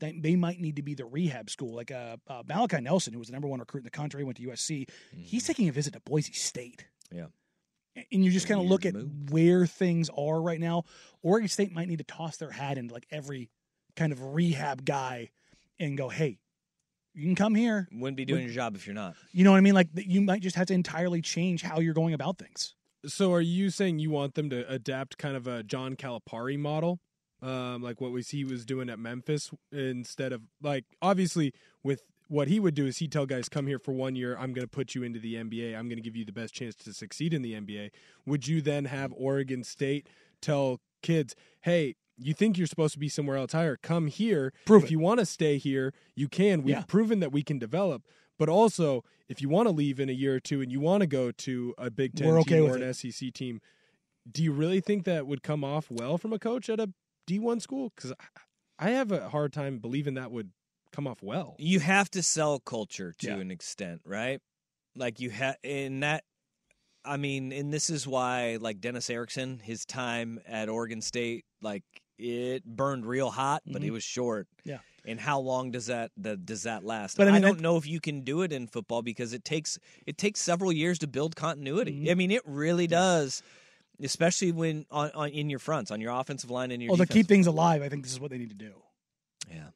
[SPEAKER 4] They, they might need to be the rehab school, like uh, uh, Malachi Nelson, who was the number one recruit in the country, went to USC. He's taking a visit to Boise State,
[SPEAKER 1] Mm-hmm. Yeah.
[SPEAKER 4] A- and you just kind of look at
[SPEAKER 1] Weird
[SPEAKER 4] where things are right now. Oregon State might need to toss their hat into like every kind of rehab guy and go, "Hey, you can come here."
[SPEAKER 1] Wouldn't be doing your job if you're not.
[SPEAKER 4] You know what I mean? Like th- you might just have to entirely change how you're going about things.
[SPEAKER 5] So are you saying you want them to adapt kind of a John Calipari model, um, like what was he was doing at Memphis instead of like obviously with what he would do is he would tell guys come here for one year I'm going to put you into the NBA I'm going to give you the best chance to succeed in the NBA. Would you then have Oregon State tell kids hey you think you're supposed to be somewhere else higher come here
[SPEAKER 4] Prove
[SPEAKER 5] if
[SPEAKER 4] it.
[SPEAKER 5] you want to stay here you can we've
[SPEAKER 4] Yeah.
[SPEAKER 5] proven that we can develop but also if you want to leave in a year or two and you want to go to a Big Ten
[SPEAKER 4] We're okay
[SPEAKER 5] team
[SPEAKER 4] with
[SPEAKER 5] or an
[SPEAKER 4] it.
[SPEAKER 5] SEC team, do you really think that would come off well from a coach at a D1 school? Because I have a hard time believing that would come off well.
[SPEAKER 1] You have to sell culture to
[SPEAKER 5] Yeah.
[SPEAKER 1] an extent, right? Like you have in that. I mean, and this is why, like Dennis Erickson, his time at Oregon State, like it burned real hot, but it
[SPEAKER 4] Mhm.
[SPEAKER 1] was short.
[SPEAKER 4] Yeah.
[SPEAKER 1] And how long does that the, does that last?
[SPEAKER 4] But I
[SPEAKER 1] I,
[SPEAKER 4] mean,
[SPEAKER 1] don't
[SPEAKER 4] that-
[SPEAKER 1] know if you can do it in football because it takes it takes several years to build continuity.
[SPEAKER 4] Mm-hmm.
[SPEAKER 1] I mean, it really does, especially when on, on in your fronts, on your offensive line and your
[SPEAKER 4] Well, to
[SPEAKER 1] defensive
[SPEAKER 4] keep things alive, I think this is what they need to do.
[SPEAKER 1] yeah,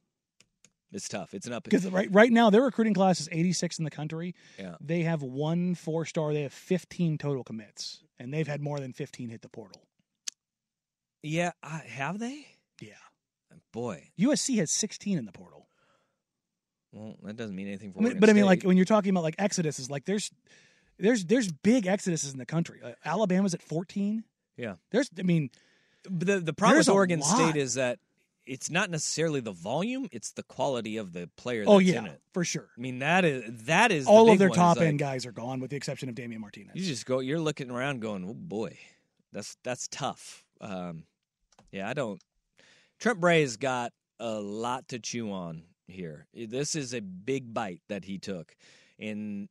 [SPEAKER 1] it's tough. It's an up
[SPEAKER 4] Because right right now their recruiting class is 86 in the country.
[SPEAKER 1] Yeah.
[SPEAKER 4] They have one four star. They have 15 total commits, and they've had more than 15 hit the portal.
[SPEAKER 1] Yeah, I, have they?
[SPEAKER 4] Yeah.
[SPEAKER 1] Boy,
[SPEAKER 4] USC has 16 in the portal.
[SPEAKER 1] well, that doesn't mean anything for.
[SPEAKER 4] I mean,
[SPEAKER 1] Oregon
[SPEAKER 4] but I mean, like
[SPEAKER 1] State.
[SPEAKER 4] when you're talking about like exoduses, like there's there's there's big exoduses in the country. Uh, Alabama's at 14.
[SPEAKER 1] yeah.
[SPEAKER 4] There's, I mean,
[SPEAKER 1] But the the problem
[SPEAKER 4] There's
[SPEAKER 1] with
[SPEAKER 4] a
[SPEAKER 1] Oregon
[SPEAKER 4] lot.
[SPEAKER 1] State is that it's not necessarily the volume; it's the quality of the player.
[SPEAKER 4] oh
[SPEAKER 1] that's in
[SPEAKER 4] yeah,
[SPEAKER 1] it.
[SPEAKER 4] for sure.
[SPEAKER 1] I mean that is that is the
[SPEAKER 4] All
[SPEAKER 1] big
[SPEAKER 4] of their
[SPEAKER 1] one, is
[SPEAKER 4] top
[SPEAKER 1] like,
[SPEAKER 4] end guys are gone, with the exception of Damian Martinez.
[SPEAKER 1] You just go. You're looking around, going, "Oh boy, that's that's tough." Um, yeah, I don't. Trent Bray's got a lot to chew on here. This is a big bite that he took, and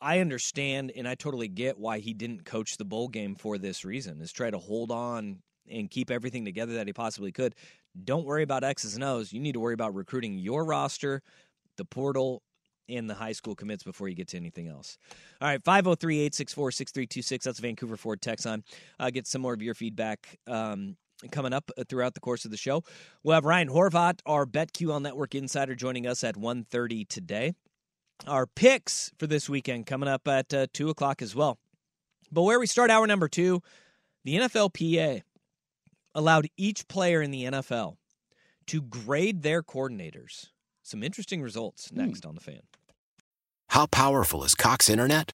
[SPEAKER 1] I understand and I totally get why he didn't coach the bowl game for this reason. Is try to hold on and keep everything together that he possibly could. Don't worry about X's and O's. You need to worry about recruiting your roster, the portal, and the high school commits before you get to anything else. All right, 503 864 6326. That's Vancouver Ford Texon. Uh, get some more of your feedback um, coming up throughout the course of the show. We'll have Ryan Horvat, our BetQL Network insider, joining us at 1.30 today. Our picks for this weekend coming up at uh, 2 o'clock as well. But where we start hour number two, the NFLPA allowed each player in the NFL to grade their coordinators. Some interesting results next on the fan.
[SPEAKER 6] How powerful is Cox Internet?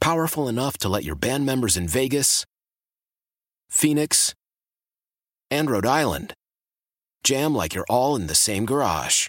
[SPEAKER 6] Powerful enough to let your band members in Vegas, Phoenix, and Rhode Island jam like you're all in the same garage.